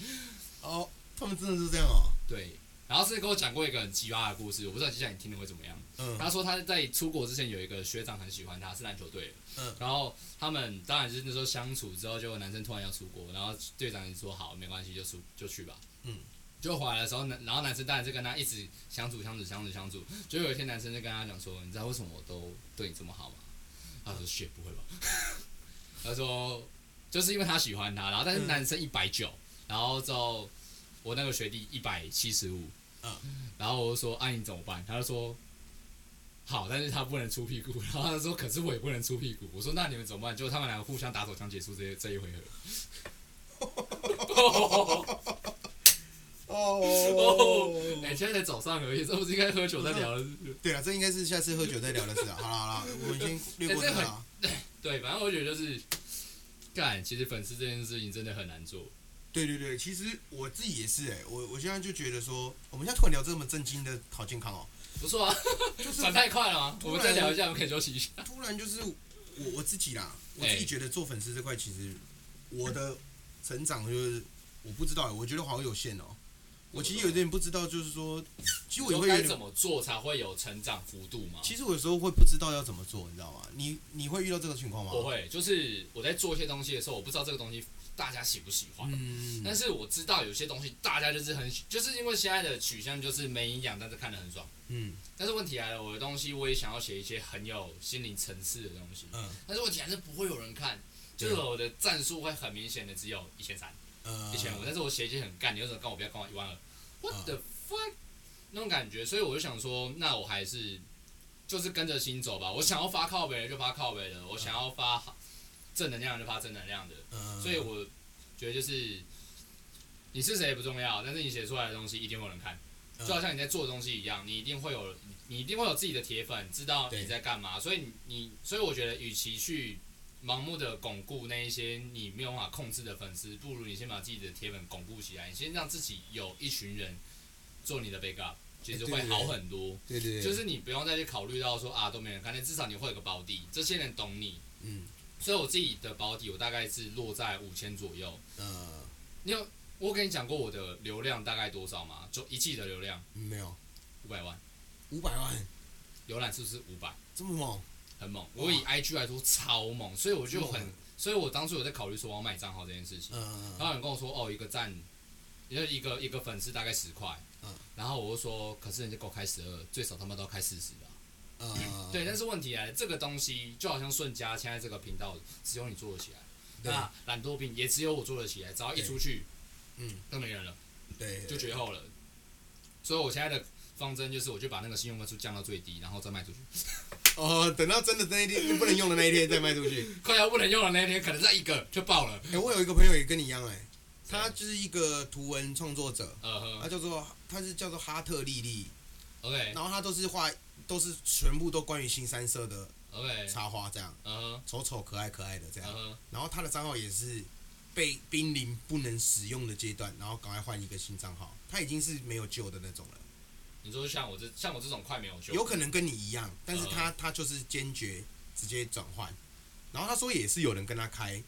B: 哦，他们真的是这样哦，
A: 对，然后是跟我讲过一个很奇葩的故事，我不知道接下来你听了会怎么样。
B: 嗯
A: 他说他在出国之前有一个学长很喜欢他，是篮球队的。
B: 嗯
A: 然后他们当然是那时候相处之后，结果男生突然要出国，然后队长也说好，没关系，就出就去吧。
B: 嗯。
A: 就回来的时候，男然后男生当然是跟他一直相处相处相处相处。就有一天，男生就跟他讲说：“你知道为什么我都对你这么好吗？”他说：“血不会吧？” 他说：“就是因为他喜欢他。”然后但是
B: 嗯
A: 男生一百九，然后之后我那个学弟一百七十五，
B: 嗯，
A: 然后我就说：“啊，你怎么办？”他就说：“好，但是他不能出屁股。然后他说，可是我也不能出屁股。我说那你们怎么办？就他们两个互相打手枪结束这这一回 合。
B: 哦，
A: 哎、现在才早上而已，这不是应该喝酒再聊的事？
B: 对啊了，这应该是下次喝酒再聊的事啊。好了好了，我们先略过
A: 哎
B: 这
A: 这
B: 个
A: 很
B: 啊。
A: 对，反正我觉得就是，干，其实粉丝这件事情真的很难做。
B: 对对对，其实我自己也是哎、我我现在就觉得说，我们现在突然聊这么震惊的好健康哦，
A: 不错啊，
B: 就是
A: 转太快了吗？
B: 突
A: 我
B: 然
A: 们再聊一下，我们可以休息一下。
B: 突然就是我我自己啦，我
A: 哎
B: 自己觉得做粉丝这块，其实我的成长就是我不知道、欸，我觉得好有限哦、我其实有点不知道，就是说，其实我也
A: 说
B: 会有
A: 该
B: 点
A: 怎么做才会有成长幅度吗？
B: 其实我有时候会不知道要怎么做，你知道吗？你你会遇到这个情况吗？
A: 我。会，就是我在做一些东西的时候，我不知道这个东西大家喜不喜欢。
B: 嗯，
A: 但是我知道有些东西大家就是很喜，就是因为现在的取向就是没营养，但是看得很爽。
B: 嗯
A: 但是问题来了，我的东西我也想要写一些很有心灵层次的东西，
B: 嗯
A: 但是问题还是不会有人看，
B: 对
A: 就是我的战术会很明显的只有一千三、
B: 呃，
A: 一千五，但是我写一些很干，你为什么跟我不要跟我一万二？What the fuck？那种感觉，所以我就想说，那我还是就是跟着心走吧。我想要发靠北的就发靠北的，我想要发正能量的就发正能量的。
B: 呃，
A: 所以我觉得就是你是谁不重要，但是你写出来的东西一定会有人看，
B: 嗯
A: 就好像你在做的东西一样，你一定会有你一定会有自己的铁粉知道
B: 对
A: 你在干嘛，所以你你所以我觉得，与其去盲目的巩固那一些你没有办法控制的粉丝，不如你先把自己的铁粉巩固起来，你先让自己有一群人做你的 backup，其实
B: 哎对
A: 会
B: 对
A: 好
B: 对
A: 很多。
B: 对对对，
A: 就是你不用再去考虑到说啊都没人看，但至少你会有个保底，这些人懂你，
B: 嗯
A: 所以我自己的保底，我大概是落在五千左右。
B: 呃
A: 你有我跟你讲过我的流量大概多少吗？就一季的流量
B: 没有
A: 五百万，
B: 五百万
A: 浏览数是五百，
B: 这么猛，
A: 很猛。我以 IG 来说超猛，所以我就
B: 嗯
A: 很，所以我当初有在考虑说我要买账号这件事情。
B: 呃
A: 然后有人跟我说哦，一个赞，因为一个一个粉丝大概十块
B: 嗯，
A: 然后我就说，可是人家给我开十二，最少他妈都要开四十吧。
B: 呃，
A: 对，但是问题来了，这个东西就好像瞬家现在这个频道，只有你做得起来。
B: 对
A: 那懒惰病也只有我做得起来，只要一
B: 对
A: 出去，
B: 嗯，
A: 都没人了，
B: 对，
A: 就绝后了。所以我现在的方针就是，我就把那个信用分数降到最低，然后再卖出去。
B: 哦，等到真的那一天不能用的那一天再卖出去。
A: 快要不能用的那一天，可能在一个就爆了。
B: 哎、我有一个朋友也跟你一样、哎，他就是一个图文创作者，
A: 呃
B: 他
A: 呵
B: 叫做他是叫做哈特丽丽，
A: ，OK
B: 然后他都是画都是全部都关于新三色的
A: OK，
B: 插画，这样
A: 呃呵
B: 丑丑可爱可爱的这
A: 呃
B: 样。
A: 呵，
B: 然后他的账号也是被濒临不能使用的阶段，然后赶快换一个新账号，他已经是没有救的那种了。
A: 你说像我这像我这种快没有修，
B: 有可能跟你一样，但是
A: 嗯
B: 他他就是坚决直接转换，然后他说也是有人跟他开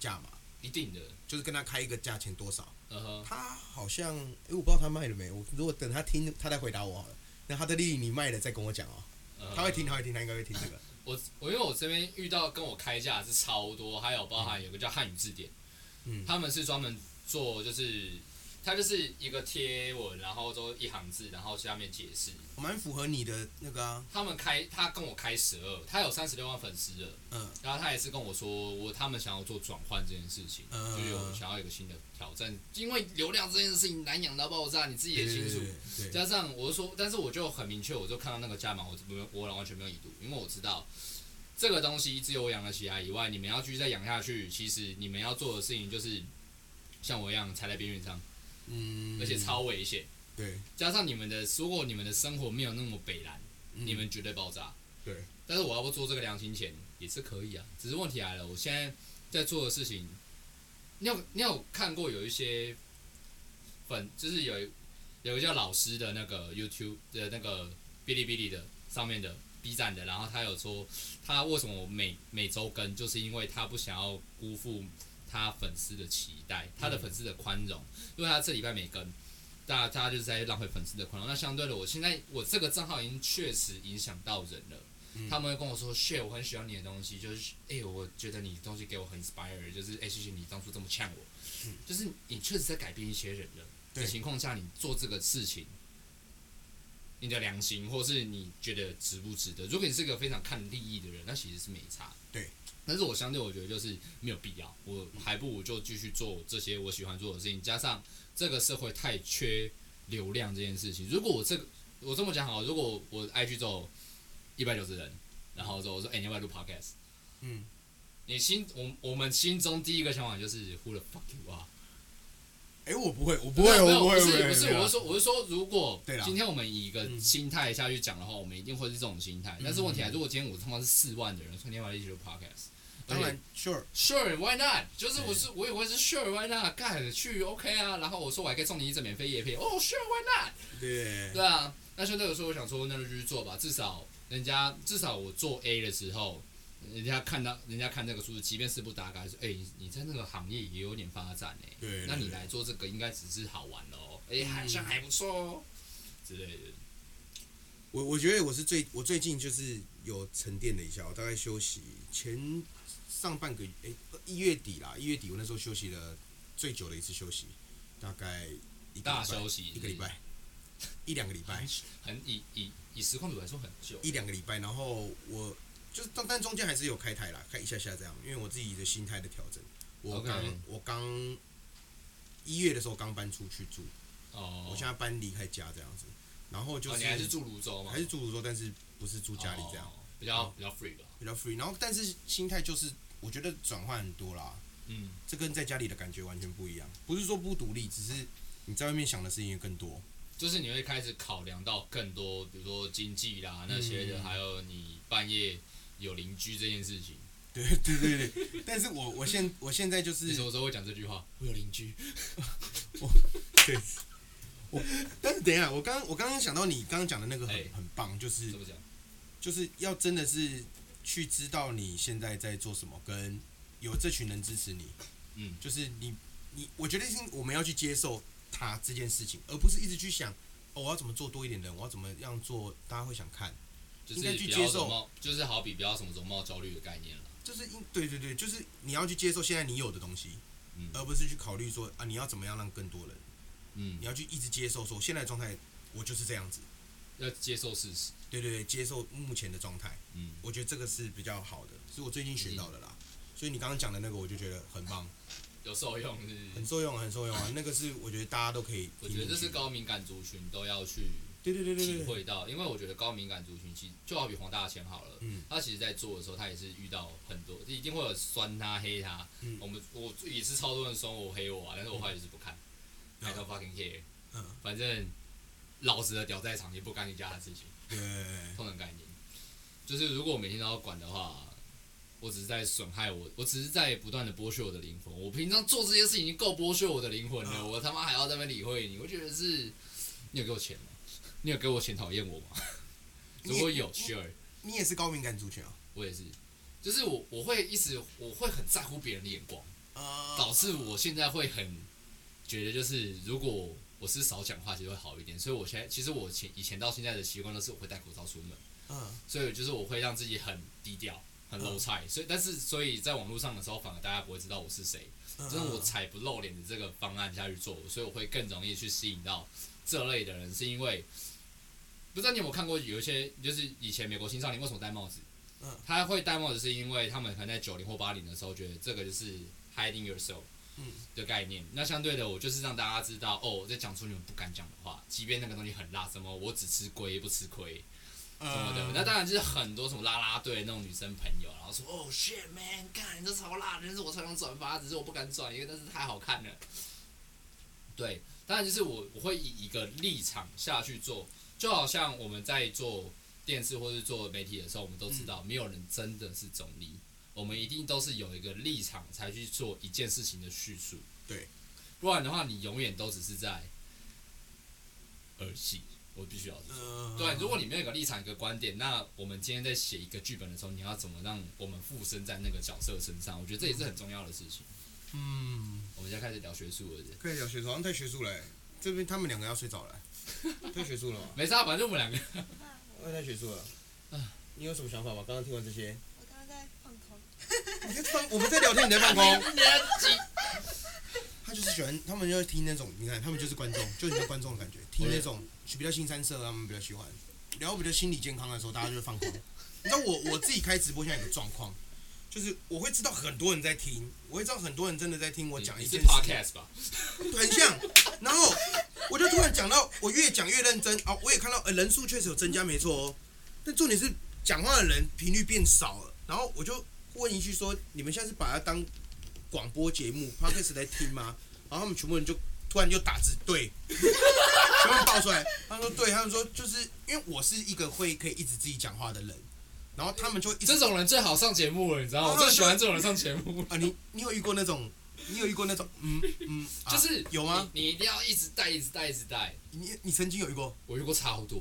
B: 价嘛，
A: 一定的，
B: 就是跟他开一个价钱多少。
A: 嗯哼，
B: 他好像，哎、我不知道他卖了没。我如果等他听，他再回答我好了。那他的利益你卖了再跟我讲哦、
A: 嗯哼
B: 他会听，他会听，他应该会听这个。
A: 我我因为我这边遇到跟我开价的是超多，还有包含有个叫汉语字典，
B: 嗯
A: 他们是专门做就是它就是一个贴文，然后都一行字，然后下面解释。
B: 蛮符合你的那个啊，
A: 他们开他跟我开十二，他有三十六万粉丝了，
B: 嗯
A: 然后他也是跟我说我他们想要做转换这件事情，
B: 嗯
A: 就有想要有个新的挑战，因为流量这件事情难养到爆炸，你自己也清楚。
B: 对，对
A: 加上我就说，但是我就很明确，我就看到那个价码，我没有，我完全没有已读，因为我知道这个东西只有我养得起来以外，你们要继续再养下去，其实你们要做的事情就是像我一样踩在边缘上，
B: 嗯，
A: 而且超危险。
B: 对，
A: 加上你们的，如果你们的生活没有那么北蓝，
B: 嗯
A: 你们绝对爆炸。
B: 对，
A: 但是我要不做这个良心钱也是可以啊，只是问题来了，我现在在做的事情，你有你有看过有一些粉，就是有一有一个叫老师的那个 YouTube 的那个哔哩哔哩的上面的 B 站的，然后他有说他为什么每每周更，就是因为他不想要辜负他粉丝的期待，他的粉丝的宽容，因为他这礼拜没更。大大家就是在浪费粉丝的宽容。那相对的，我现在我这个账号已经确实影响到人了。
B: 嗯
A: 他们会跟我说：“shit，我很喜欢你的东西，就是哎、我觉得你的东西给我很 inspire，就是哎、谢谢你当初这么呛我，
B: 嗯
A: 就是你确实在改变一些人了。
B: 对
A: 的情况下，你做这个事情，你的良心或是你觉得值不值得？如果你是个非常看利益的人，那其实是没差。
B: 对，
A: 但是我相对我觉得就是没有必要，我还不如就继续做这些我喜欢做的事情，加上这个社会太缺流量这件事情。如果我这个我这么讲好，如果我 IG 走一百九十人，然后之后我说，哎、你要不要录 podcast？
B: 嗯，
A: 你心我我们心中第一个想法就是 Who the fuck you are？
B: 哎、我不会，我不会，
A: 没
B: 我
A: 有
B: 不会，
A: 不是
B: 我
A: 不是，我是
B: 会
A: 说我是说，如果
B: 对啦
A: 今天我们以一个
B: 嗯
A: 心态下去讲的话，我们一定会是这种心态。但是问题来，如果今天我他妈是四万的人，说你要不要一起录 podcast？
B: 当然，sure，
A: Sure, why not？就是我
B: 对
A: 是我也会是 Sure, why not？干去 OK 啊，然后我说我还可以送你一整免费叶片，哦、Sure, why not？
B: 对，
A: 对啊，那相对来说，我想说那就继续做吧，至少人家至少我做 A 的时候，人家看到人家看这个数字，即便是不打卡，说哎、你你在那个行业也有点发展哎、
B: 对嗯对
A: 那你
B: 对
A: 来做这个应该只是好玩哦，哎、好像还不错哦之类的。
B: 我我觉得我是最我最近就是有沉淀了一下，我大概休息前上半个月诶一月底啦，一月底我那时候休息了最久的一次休息，大概一个礼拜
A: 大休息
B: 一个礼拜，一两个礼拜，
A: 很以以以实况组来说很久，
B: 一两个礼拜，然后我就是但但中间还是有开台啦，开一下下这样，因为我自己的心态的调整。我
A: OK
B: 刚我刚一月的时候刚搬出去住，
A: 哦，
B: 我现在搬离开家这样子，然后就是、
A: 哦你还是住泸州吗？
B: 还是住泸州，但是不是住家里这样嗯
A: 哦，比较比较 free 吧。
B: 比较 free。然后但是心态就是我觉得转换很多啦，
A: 嗯，
B: 这跟在家里的感觉完全不一样。不是说不独立，只是你在外面想的事情也更多。
A: 就是你会开始考量到更多，比如说经济啦那些的，
B: 嗯
A: 还有你半夜有邻居这件事情。
B: 对对对对，但是我我现我现在就
A: 你什
B: 是
A: 么时候会讲这句话？我有邻居。
B: 对，我但是等一下，我刚我刚刚想到你刚刚讲的那个很
A: 哎
B: 很棒，就是
A: 怎么讲？
B: 就是要真的是去知道你现在在做什么，跟有这群人支持你，
A: 嗯
B: 就是你你，我觉得是我们要去接受他这件事情，而不是一直去想哦，我要怎么做多一点人，我要怎么样做大家会想看，
A: 就是
B: 应该
A: 比
B: 去接
A: 较
B: 受
A: 容貌，就是好比不要什么容貌焦虑的概念了。
B: 就是因对对对，就是你要去接受现在你有的东西，
A: 嗯
B: 而不是去考虑说啊你要怎么样让更多人，
A: 嗯
B: 你，要去一直接受说现在的状态我就是这样子，
A: 要接受事实。
B: 对对对，接受目前的状态。
A: 嗯，
B: 我觉得这个是比较好的，是我最近学到的啦。所以你刚刚讲的那个，我就觉得很棒，
A: 有受用是不
B: 很
A: 是。
B: 受用，很受用啊！那个是我觉得大家都可以。
A: 嗯我觉得这是，高敏感族群都要去
B: 对对对
A: 体
B: 对对，
A: 会到，因为我觉得高敏感族群其实就好比黄大千好了，
B: 嗯
A: 他其实在做的时候，他也是遇到很多，一定会有酸他、黑他。
B: 嗯
A: 我们我也是超多人酸我、黑我啊，但是我后来就是不看、i don't fucking care，
B: 嗯，
A: 反正老子的屌在场也不干你家的事情。
B: 对对对，
A: 通常概念，就是如果我每天都要管的话，我只是在损害我，我只是在不断的剥削我的灵魂。我平常做这些事情已经够剥削我的灵魂了，
B: 嗯
A: 我他妈还要在那边理会你，我觉得是，你有给我钱吗？你有给我钱讨厌我吗？
B: 你也
A: 如果有，sure，
B: 你也是高敏感族群啊？
A: 我也是。就是我我会一直我会很在乎别人的眼光，
B: 啊
A: 导致我现在会很觉得就是如果我是少讲话，其实会好一点。所以我现在其实我前以前到现在的习惯都是我会戴口罩出门，
B: 嗯
A: 所以就是我会让自己很低调。很
B: 嗯
A: low 菜，所以但是所以在网络上的时候，反而大家不会知道我是谁，
B: 嗯
A: 就是我踩不露脸的这个方案下去做，所以我会更容易去吸引到这类的人，是因为不知道你有没有看过有一些就是以前美国青少年为什么戴帽子？
B: 嗯
A: 他会戴帽子是因为他们可能在九零或八零的时候觉得这个就是 hiding yourself
B: 嗯
A: 的概念。那相对的，我就是让大家知道哦，我在讲出你们不敢讲的话，即便那个东西很辣，什么我只吃龟不吃亏什么的。那当然就是很多什么啦啦队那种女生朋友，然后说哦 shit man，干你这超辣的，但是我超想转发，只是我不敢转，因为但是太好看了。对，当然就是我我会以一个立场下去做，就好像我们在做电视或是做媒体的时候，我们都知道没有人真的是中立，我们一定都是有一个立场才去做一件事情的叙述。
B: 对，
A: 不然的话，你永远都只是在儿戏。我必须要说，
B: 嗯
A: 对，如果你没有一个立场、一个观点，那我们今天在写一个剧本的时候，你要怎么让我们附身在那个角色身上？我觉得这也是很重要的事情。
B: 嗯。
A: 我们现在开始聊学术了，是不是
B: 可以聊学术，好像太学术了欸。这边他们两个要睡着了 欸，太学术了吧？
A: 没差，反正我们两个
B: 啊太学术了。你有什么想法吗？刚刚听完这些，
C: 我刚刚在放空，
B: 你在放我们在聊天，你在放空。
A: 我
B: 他就是喜欢，他们就听那种，你看他们就是观众，就是一个观众的感觉，听那种比较新三色，他们比较喜欢。聊比较心理健康的时候，大家就会放空。你知道我我自己开直播现在有个状况，就是我会知道很多人在听，我会知道很多人真的在听我讲一
A: 你是
B: 件事情
A: podcast 吧？
B: 很像。然后我就突然讲到，我越讲越认真哦，我也看到呃人数确实有增加，没错哦。但重点是讲话的人频率变少了。然后我就问一句说：“你们现在是把它当广播节目 podcast 来听吗？”然后他们全部人就突然就打字对， 全部爆出来。他们说对，他们说就是因为我是一个会可以一直自己讲话的人，然后他们就一直
A: 这种人最好上节目了，你知道吗？我最喜欢这种人上节目，
B: 啊，你你有遇过那种？你有遇过那种？嗯嗯，啊
A: 就是
B: 有吗？
A: 你？你一定要一直带，一直带，一直带。
B: 你你曾经有遇过？
A: 我遇过超多，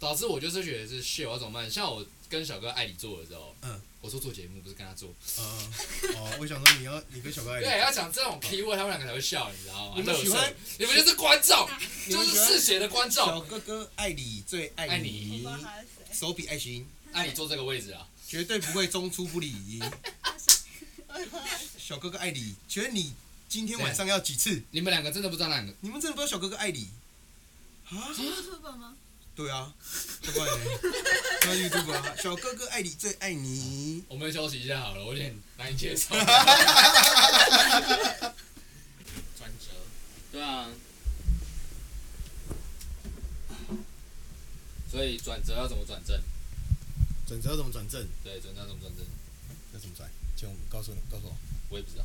A: 导致我就是觉得是 shit，我要怎么办？像我跟小哥艾里做的时候，
B: 嗯，
A: 我说做节目不是跟他做，
B: 嗯，哦，我想说你要你跟小哥爱
A: 对，要讲这种 key word，他们两个才会笑，你知道吗？
B: 你们喜欢
A: 乐色，你们就是观众，
B: 你们
A: 就
B: 喜欢
A: 是嗜血的观
B: 小
A: 众。
B: 哥哥爱你最爱
A: 爱
C: 我不
A: 你
C: 知
B: 你，
C: 道他是谁，
B: 手比爱心，
A: 艾里坐这个位置啊，
B: 绝对不会中出 不离。
C: 我不知道他是谁
B: 小哥哥爱你，觉得你今天晚上要几次？
A: 你们两个真的不知道哪两个
B: 你们真的不知道小哥哥爱你啊？
D: YouTube 吗？
B: 对啊，要不 然呢？他 YouTube 啊，小哥哥爱你最爱你。
A: 我们休息一下好了，我有点难以接 受。转折。对啊。所以转折要怎么转正？
B: 转折要怎么转正？
A: 对，转折要怎么转正？
B: 要怎么转？请我们告诉你，告诉我，
A: 我也不知道。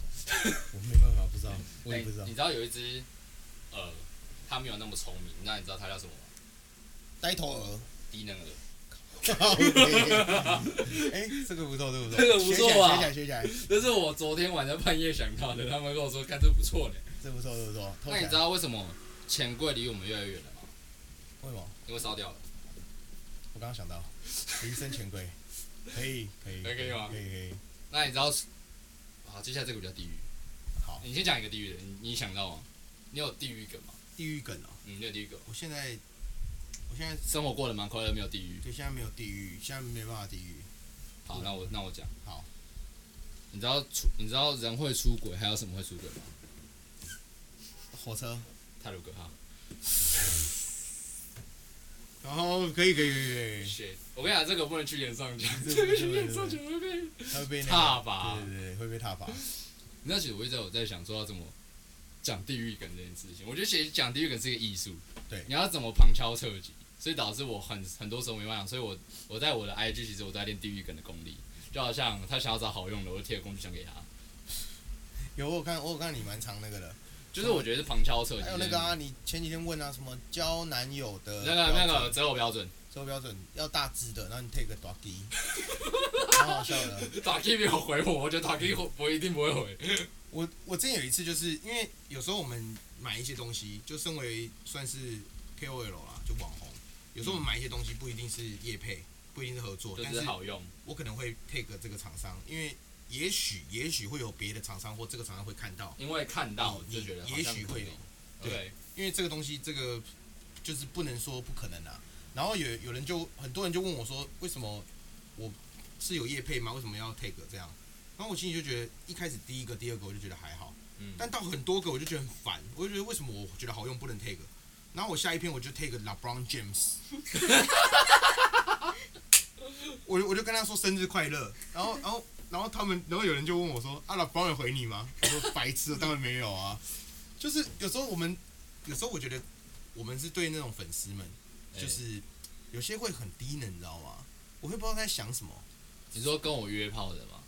B: 我没办法，不知道，
A: 哎你知道有一只，呃，它没有那么聪明，那你知道它叫什么吗？
B: 呆头鹅。
A: 低能儿。
B: 哎，这个不错，这个不错，
A: 这个不错啊
B: 学起来，学起来，学起来，
A: 这是我昨天晚上半夜想到的，他们跟我说，看这不错呢。
B: 这不错，这不错。
A: 那你知道为什么钱柜离我们越来越远了吗？
B: 为什么？
A: 因为烧掉了。
B: 我刚刚想到，余生钱柜，可以可以
A: 可以可以吗
B: 可以可以。
A: 那你知道 是？好，接下来这个比较地狱。
B: 好，
A: 你先讲一个地狱的，你你想到吗？你有地狱梗吗？
B: 地狱梗哦，
A: 嗯，没有地狱梗，
B: 我现在我现在
A: 生活过得蛮快乐，没有地狱。
B: 对现在没有地狱，现在没办法地狱。
A: 好，那我那我讲。
B: 好，
A: 你知道出你知道人会出轨，还有什么会出轨吗？
B: 火车，
A: 泰鲁格号。
B: 然后哦可以可以可以可以，
A: shit，我跟你讲，这个不能去脸 上讲，
B: 对
A: 这个去脸
B: 对
A: 上
B: 对
A: 讲 会被。你
B: 他会被那个
A: 踏伐
B: 对对对，会被踏伐。
A: 知道，其实我一直有在想说要怎么讲地狱梗这件事情。我觉得其实讲地狱梗是一个艺术，
B: 对
A: 你要怎么旁敲侧击，所以导致我很很多时候没办法。所以我我在我的 IG 其实我在练地狱梗的功力，就好像他想要找好用的，我就贴个工具箱给他。
B: 有我有看我有看你蛮长那个的，
A: 就是我觉得是旁敲侧击。
B: 还有那个啊，你前几天问啊什么交男友的
A: 嗯那个那
B: 标
A: 个
B: 准
A: 择偶标准，
B: 周标准要大只的，然后你 take 个短低， 蛮好笑的。
A: 打 K 没有回我，我觉得打 K 我一定不会回。
B: 我我之前有一次，就是因为有时候我们买一些东西，就身为算是 KOL 啦，就网红，有时候我们买一些东西不一定是业配，不一定是合作，
A: 嗯就
B: 但
A: 是
B: 是
A: 好用。
B: 我可能会 take 这个厂商，因为也许也许会有别的厂商或这个厂商会看到，
A: 因为看到
B: 你
A: 就觉得好
B: 也
A: 像
B: 许
A: 可
B: 会
A: 以
B: 有，对
A: 对，
B: 因为这个东西这个就是不能说不可能啊。然后有有人就很多人就问我说，为什么我是有业配吗？为什么要 take 这样？然后我心里就觉得，一开始第一个、第二个我就觉得还好，
A: 嗯，
B: 但到很多个我就觉得很烦，我就觉得为什么我觉得好用不能 take？然后我下一篇我就 take LeBron James，我就我就跟他说生日快乐，然后然后然后他们然后有人就问我说啊 LeBron 有回你吗？我说白痴，当然没有啊，就是有时候我们有时候我觉得我们是对那种粉丝们，
A: 哎
B: 就是有些会很低能，你知道吗？我会不知道他在想什么，
A: 你说跟我约炮的嘛，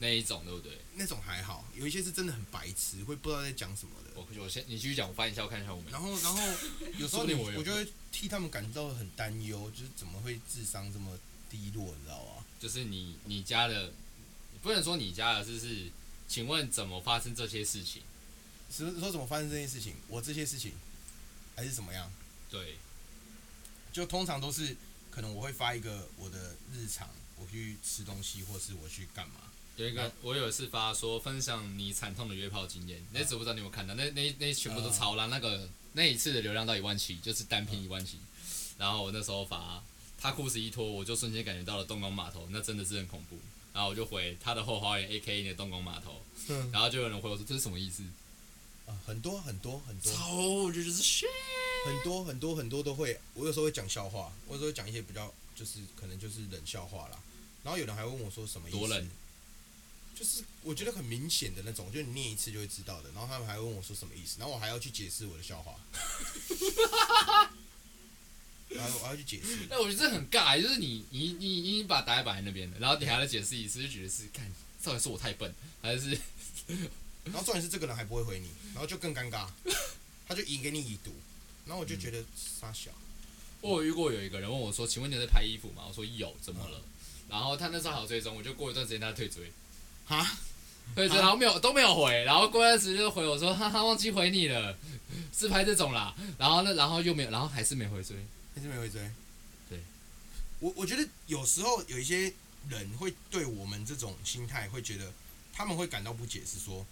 A: 那一种对不对？
B: 那种还好，有一些是真的很白痴，会不知道在讲什么的。
A: 我我先你继续讲，我翻一下，我看一下我们
B: 然后， 然后有时
A: 说
B: 候
A: 不
B: 你
A: 定我有
B: 我就会替他们感到很担忧，就是怎么会智商这么低落，你知道吗？
A: 就是你你家的，不能说你家的，就是请问怎么发生这些事情？
B: 说说怎么发生这件事情，我这些事情还是怎么样？
A: 对，
B: 就通常都是可能我会发一个我的日常，我去吃东西，或是我去干嘛。
A: 有一
B: 嗯
A: 个我有一次发说分享你惨痛的约炮经验，那次我不知道你有没有看到，那那那全部都超烂，那个那一次的流量到一万七，就是单篇一万七，然后我那时候发他裤子一脱，我就瞬间感觉到了东港码头，那真的是很恐怖。然后我就回他的后花园 A K 你的东港码头，
B: 嗯，
A: 然后就有人回我说这是什么意思？
B: 很多很多很多
A: 超我觉得就是 shit，
B: 很多很多很多都会，我有时候会讲笑话，我有时候会讲一些比较就是可能就是冷笑话啦。然后有人还会问我说什么意思？
A: 多冷
B: 就是我觉得很明显的那种，就你念一次就会知道的。然后他们还会问我说什么意思，然后我还要去解释我的笑话， 然后我还要去解释。
A: 哎那我觉得这很尬，欸就是你你你你已经把答案摆在那边了，然后你还要解释一次，就觉得是看到底是我太笨，还是
B: 然后重点是这个人还不会回你，然后就更尴尬，他就引给你已读，然后我就觉
A: 嗯
B: 得傻小，
A: 我有遇过有一个人问我说：“请问你有在拍衣服吗？”我说：“有，怎么了？”然后他那时候好追踪，我就过一段时间他退追，
B: 哈，
A: 退追，
B: 啊
A: 然后没有都没有回，然后过一段时间就回我说：“哈哈，忘记回你了，是拍这种啦。”然后呢，然后又没有，然后还是没回追。
B: 还是没回追。
A: 对，
B: 我我觉得有时候有一些人会对我们这种心态会觉得，他们会感到不解是说，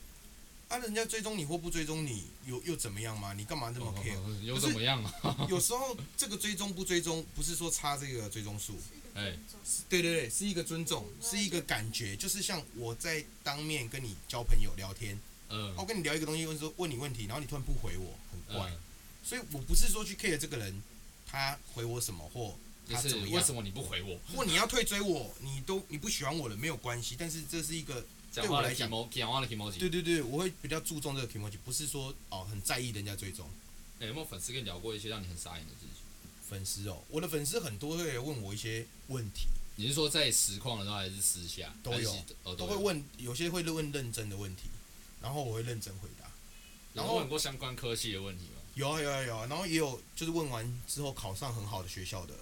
B: 啊，人家追踪你或不追踪你又又怎么样吗？你干嘛这
A: 哦
B: 么 care？
A: 又怎么样啊嘛？
B: 有时候这个追踪不追踪，不是说差这个追踪数，
A: 哎
B: 是对对对，是一个尊重，是一个感觉，就是像我在当面跟你交朋友聊天，哦
A: 嗯
B: 我、，跟你聊一个东西，问说问你问题，然后你突然不回我，很怪，
A: 嗯
B: 所以我不是说去 care 这个人他回我什么或
A: 就
B: 他
A: 是
B: 怎么
A: 为
B: 样
A: 什。么你不回我？
B: 如果你要退追我，你都你不喜欢我了没有关系，但是这是一个
A: 讲
B: 对我
A: 话的
B: 来
A: e
B: 讲
A: m o 讲话的 emoji。
B: 对对对，我会比较注重这个 emoji，不是说哦很在意人家追踪
A: 哎有没有粉丝跟你聊过一些让你很傻眼的事情？
B: 粉丝哦。我的粉丝很多会问我一些问题，
A: 你是说在实况的时候还是私下？
B: 都
A: 还是
B: 有
A: 哦，
B: 都
A: 都
B: 会
A: 有。
B: 问，有些会问认真的问题，然后我会认真回答。
A: 然
B: 然
A: 后
B: 后
A: 问过相关科系的问题吗？
B: 有啊有啊有啊，然后也有就是问完之后考上很好的学校的，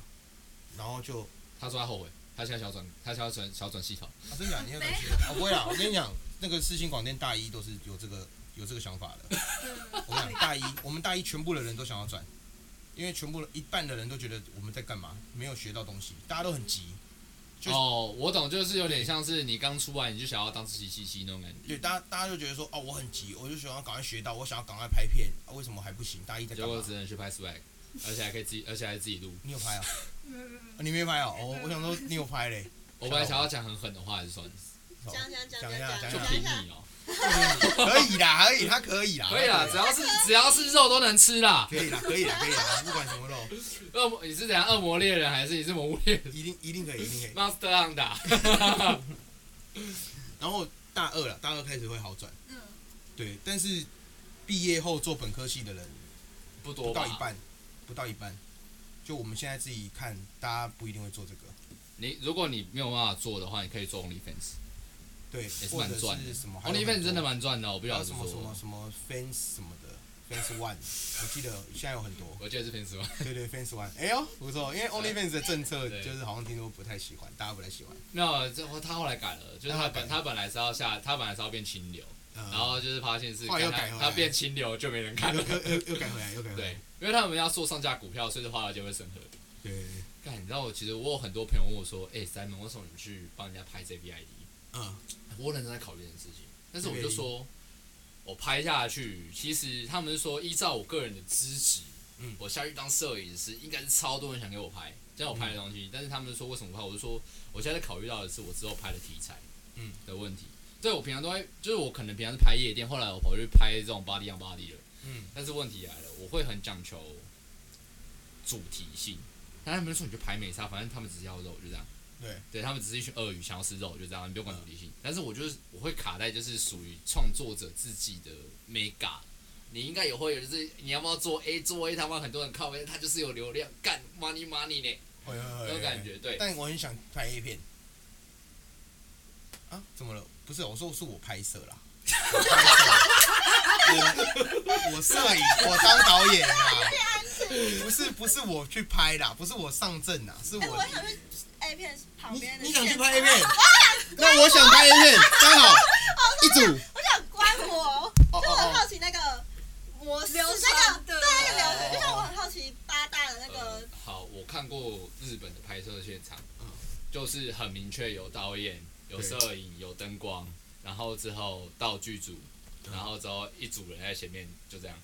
B: 然后就
A: 他说他后悔，他现在想要转，他想要转小转系统。
B: 啊真假？你要转学？ 啊不会啊，我跟你讲，那个世新广电大一都是有这个有这个想法的。我跟你讲，大一我们大一全部的人都想要转，因为全部的一半的人都觉得我们在干嘛，没有学到东西，大家都很急，就是
A: 哦，我懂，就是有点像是你刚出来你就想要当自己西西那种感觉，
B: 对，大家大家就觉得说哦，我很急，我就想要赶快学到，我想要赶快拍片，啊、为什么还不行？大一在
A: 结
B: 干
A: 果
B: 嘛？
A: 只能去拍 swag，而且还可以自己，而且还自己录。
B: 你有拍啊？
D: 没有没有没
B: 啊你没拍啊？哦，我想说你有拍嘞，
A: 我本来想要讲很狠的话，还是算了，
B: 好
C: 讲讲讲
B: 讲一
C: 讲
B: 下讲
C: 讲
A: 就
B: 一下
A: 凭
C: 一下，
A: 你哦，
B: 可以啦，可以，他可以啦，
A: 可以啦，
B: 他
A: 只要是只要是肉都能吃啦。
B: 可以啦，可以啦，可以啦，不管什么肉，
A: 恶魔，你是怎样恶魔猎人还是你是魔物猎 人
B: 一定一定可以，一定可以。
A: ？Monster Hunter，
B: 然后大二了，大二开始会好转，
D: 嗯，
B: 对，但是毕业后做本科系的人
A: 不多
B: 不到
A: 吧？
B: 一半，不到一半。就我们现在自己看，大家不一定会做这个，
A: 你如果你没有办法做的话，你可以做 OnlyFans。
B: 对，
A: 是
B: 或
A: 蛮
B: 者
A: 赚的
B: 是什么还有很多
A: OnlyFans 真的蛮赚的，哦我不
B: 还
A: 晓
B: 有
A: 得
B: 什
A: 怎
B: 么什么
A: 说。
B: 什么 fans 什么的 fans one，我记得现在有很多，
A: 我记得是 fans 吧？
B: 对对 fans one，哎呦不错，因为 OnlyFans 的政策
A: 对
B: 就是好像听说不太喜欢，大家不太喜欢，
A: 没有，啊这他后来改了，就是他本他本来是要下，他本来是要变清流。
B: 然
A: 然后就是发现是
B: 嗯后来又
A: 看
B: 改
A: 他
B: 回来嗯
A: 他变清流就没人看
B: 又
A: 了，
B: 又又又改回来，又改回来
A: 对，，因为他们要做上架股票，所以华尔街会审核。
B: 对对对
A: 干，你知道我其实我有很多朋友问我说，哎、s i m o n 为什么你去帮人家拍 JVID？
B: 啊，
A: 我认真在考虑这件事情，但是我就说，我拍下去，其实他们是说依照我个人的资质，
B: 嗯
A: 我下去当摄影师，应该是超多人想给我拍，这样我
B: 嗯
A: 拍的东西，但是他们说为什么拍，我就说我现在在考虑到的是我之后拍的题材，
B: 嗯
A: 的问题。对，我平常都会，就是我可能平常是拍夜店，后来我跑去拍这种 body on body 了，
B: 嗯，
A: 但是问题来了，我会很讲求主题性，但他们就说你就拍美差，反正他们只是要肉，就这样。
B: 对，嗯
A: 对他们只是一群鳄鱼，想要吃肉，就这样，你不用管主题性。但是我就是我会卡在就是属于创作者自己的 mega，你应该也会有，就是你要不要做 A 做 A，他妈很多人靠 A，他就是有流量，干 money money 呢，
B: 会会会
A: 那种感。觉。对，
B: 但我很想拍 A 片。啊？怎么了？不是，我说是我拍摄啦。我我摄 影，我当导演啦。不是不是我去拍啦，不是我上阵啦，是
C: 哎，我
B: 我。
C: 想去 A 片旁边的
E: 你想去
C: 现
E: 拍 A
C: 场
E: 片？
B: 那我想拍 A 片，刚好一组。
C: 我想观摩，
B: 哦
C: 就我很
B: 哦
C: 好奇那个模式，
D: 流
C: 那个
D: 程的
C: 对那个流程，就像我很好奇八大的那
B: 哦
A: 呃
C: 个，
A: 好，我看过日本的拍摄现场，就是很明确有导演、有
B: 嗯对
A: 摄影、有灯光，然后之后道具组，
B: 嗯
A: 然后之后一组人在前面就这样。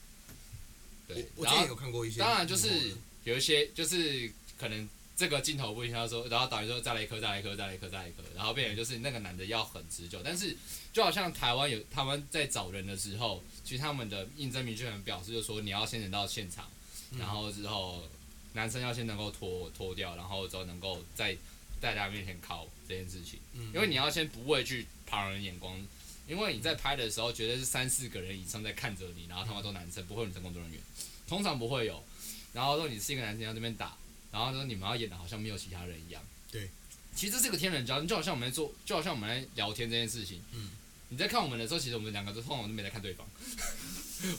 A: 对，
B: 我我
A: 然
B: 之
A: 后
B: 前有看过一些幕后的。
A: 当然就是有一些就是可能这个镜头不行，他说，然后导演说再来一颗，再来一颗，再来一颗，再来一颗，然后变成就是那个男的要很持久，但是就好像台湾有他们在找人的时候，其实他们的应征明确很表示，就是说你要先人到现场，
B: 嗯
A: 然后之后男生要先能够脱脱掉，然后之后能够在在大家面前靠这件事情，
B: 嗯，
A: 因为你要先不畏惧旁人眼光。因为你
B: 嗯
A: 在拍的时候，绝对是三四个人以上在看着你，然后他们都男生，不会有女生工作人员，通常不会有。然后说你是一个男生要这边打，然后说你们要演的好像没有其他人一样。
B: 对，
A: 其实这是个天人交，就好像我们在做，就好像我们在聊天这件事情。
B: 嗯，
A: 你在看我们的时候，其实我们两个都通常都没在看对方。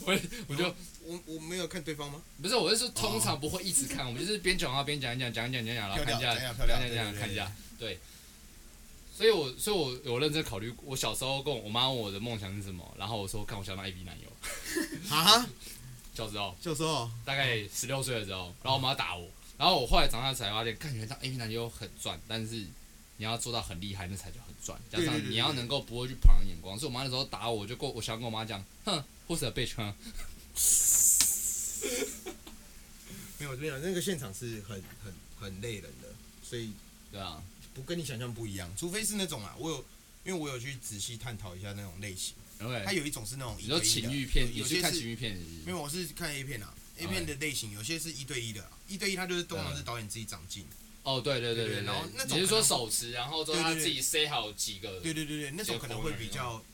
A: 我我就
B: 哦我我没有看对方吗？
A: 不是，我是说通常不会一直看，我们就是边讲话边讲一讲，讲一讲讲一讲，然后看一下，
B: 哦漂
A: 讲
B: 亮漂
A: 一讲讲
B: 亮
A: 一
B: 漂
A: 讲
B: 亮对
A: 看一下，对。所以我，所以我有认真考虑过，我小时候跟我我妈问我的梦想是什么，然后我说看我想当 A B 男友，
B: 啊，
A: 小时候。
B: 教授，
A: 大概
B: 哦
A: 十六岁的时候，然后我妈打我，然后我后来长大才发现，看原来当 A V 男优很赚，但是你要做到很厉害，那才叫很赚。加
B: 对对
A: 上
B: 对
A: 你要能够不会去旁人眼光，所以我妈那时候打我，我就跟我想跟我妈讲，哼，或者被穿。
B: 没有没有，那个现场是很很很累人的，所以
A: 对啊，
B: 不跟你想象不一样，除非是那种啊，我有。因为我有去仔细探讨一下那种类型，
A: 因为
B: 它有一种是那种
A: 你
B: 一
A: 说
B: 对一的
A: 情欲片，你
B: 有
A: 去
B: 些
A: 看
B: 是
A: 情欲片是
B: 没有，我是看 A 片啊，A 片的类型有些是一对一的啊，一对一它就是通常是导演自己长进，
A: 哦，对对对
B: 对
A: 对，
B: 然后那种
A: 你是说
B: 可能
A: 手持，然后之后
B: 对对
A: 他
B: 对
A: 自己塞好几个，
B: 对对对对，那种可能会比
A: 结果
B: 较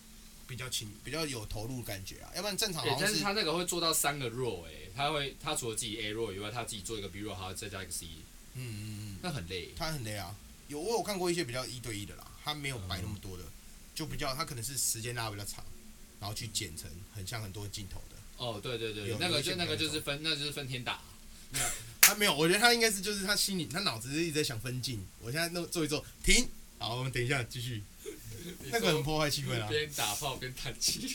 B: 比较情比较有投入感觉啊，要不然正常
A: 对
B: 好，像
A: 但是他那个会做到三个 roll 哎、他会他除了自己 A roll 以外，他自己做一个 B roll，还要再加一个 C，
B: 嗯嗯嗯，
A: 那很累。
B: 他很累啊，有我有看过一些比较一对一的啦，他没有摆那么多的，就比较他可能是时间拉得比较长，然后去剪成很像很多镜头的，
A: 哦，对对对，对
B: 有
A: 那
B: 有
A: 个
B: 一些
A: 就那个
B: 比较
A: 就是分，那就是分天打。
B: 他没有，我觉得他应该是就是他心里他脑子一直在想分镜，我现在弄做一做停，好，我们等一下继续，那个很破坏气氛啊，
A: 边打炮边弹 琴。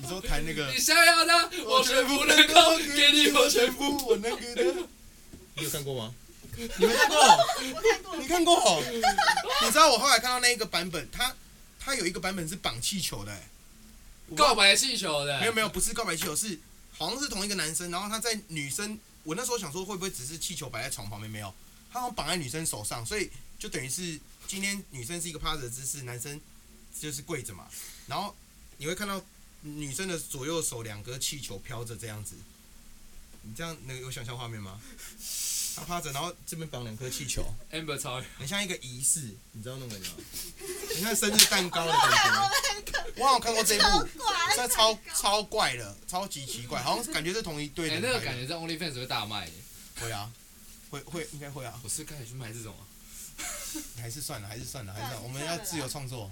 B: 你说弹那个
A: 你。想要的，嗯我全部能够给你，我全部。
B: 部，我那个的。你有看过吗？你没看过？
C: 我看过，
B: 你看过？你知道我后来看到那一个版本，它它有一个版本是绑气球的、欸，
A: 告白气球的，
B: 没有没有，不是告白气球，是好像是同一个男生，然后他在女生，我那时候想说会不会只是气球摆在床旁边，没有，他好像绑在女生手上，所以就等于是今天女生是一个趴着的姿势，男生就是跪着嘛，然后你会看到女生的左右手两个气球飘着这样子，你这样能有想象画面吗？他趴 着，然后这边绑两颗气球，
A: Amber 超人，
B: 很像一个仪式，你知道那个吗？很像生日蛋糕的感觉。我好像看过这一
C: 超
B: 部，
C: 怪，
B: 这超超怪的，超级奇怪，好像感觉是同一队
A: 哎，
B: 人
A: 那个
B: 拍
A: 感觉
B: 的。
A: 在 OnlyFans 会大卖。
B: 会啊，会会应该会啊，
A: 我是该去卖这种啊。
B: 还是算了，还是算了，还是算了，
C: 对
B: 我们要自由创作，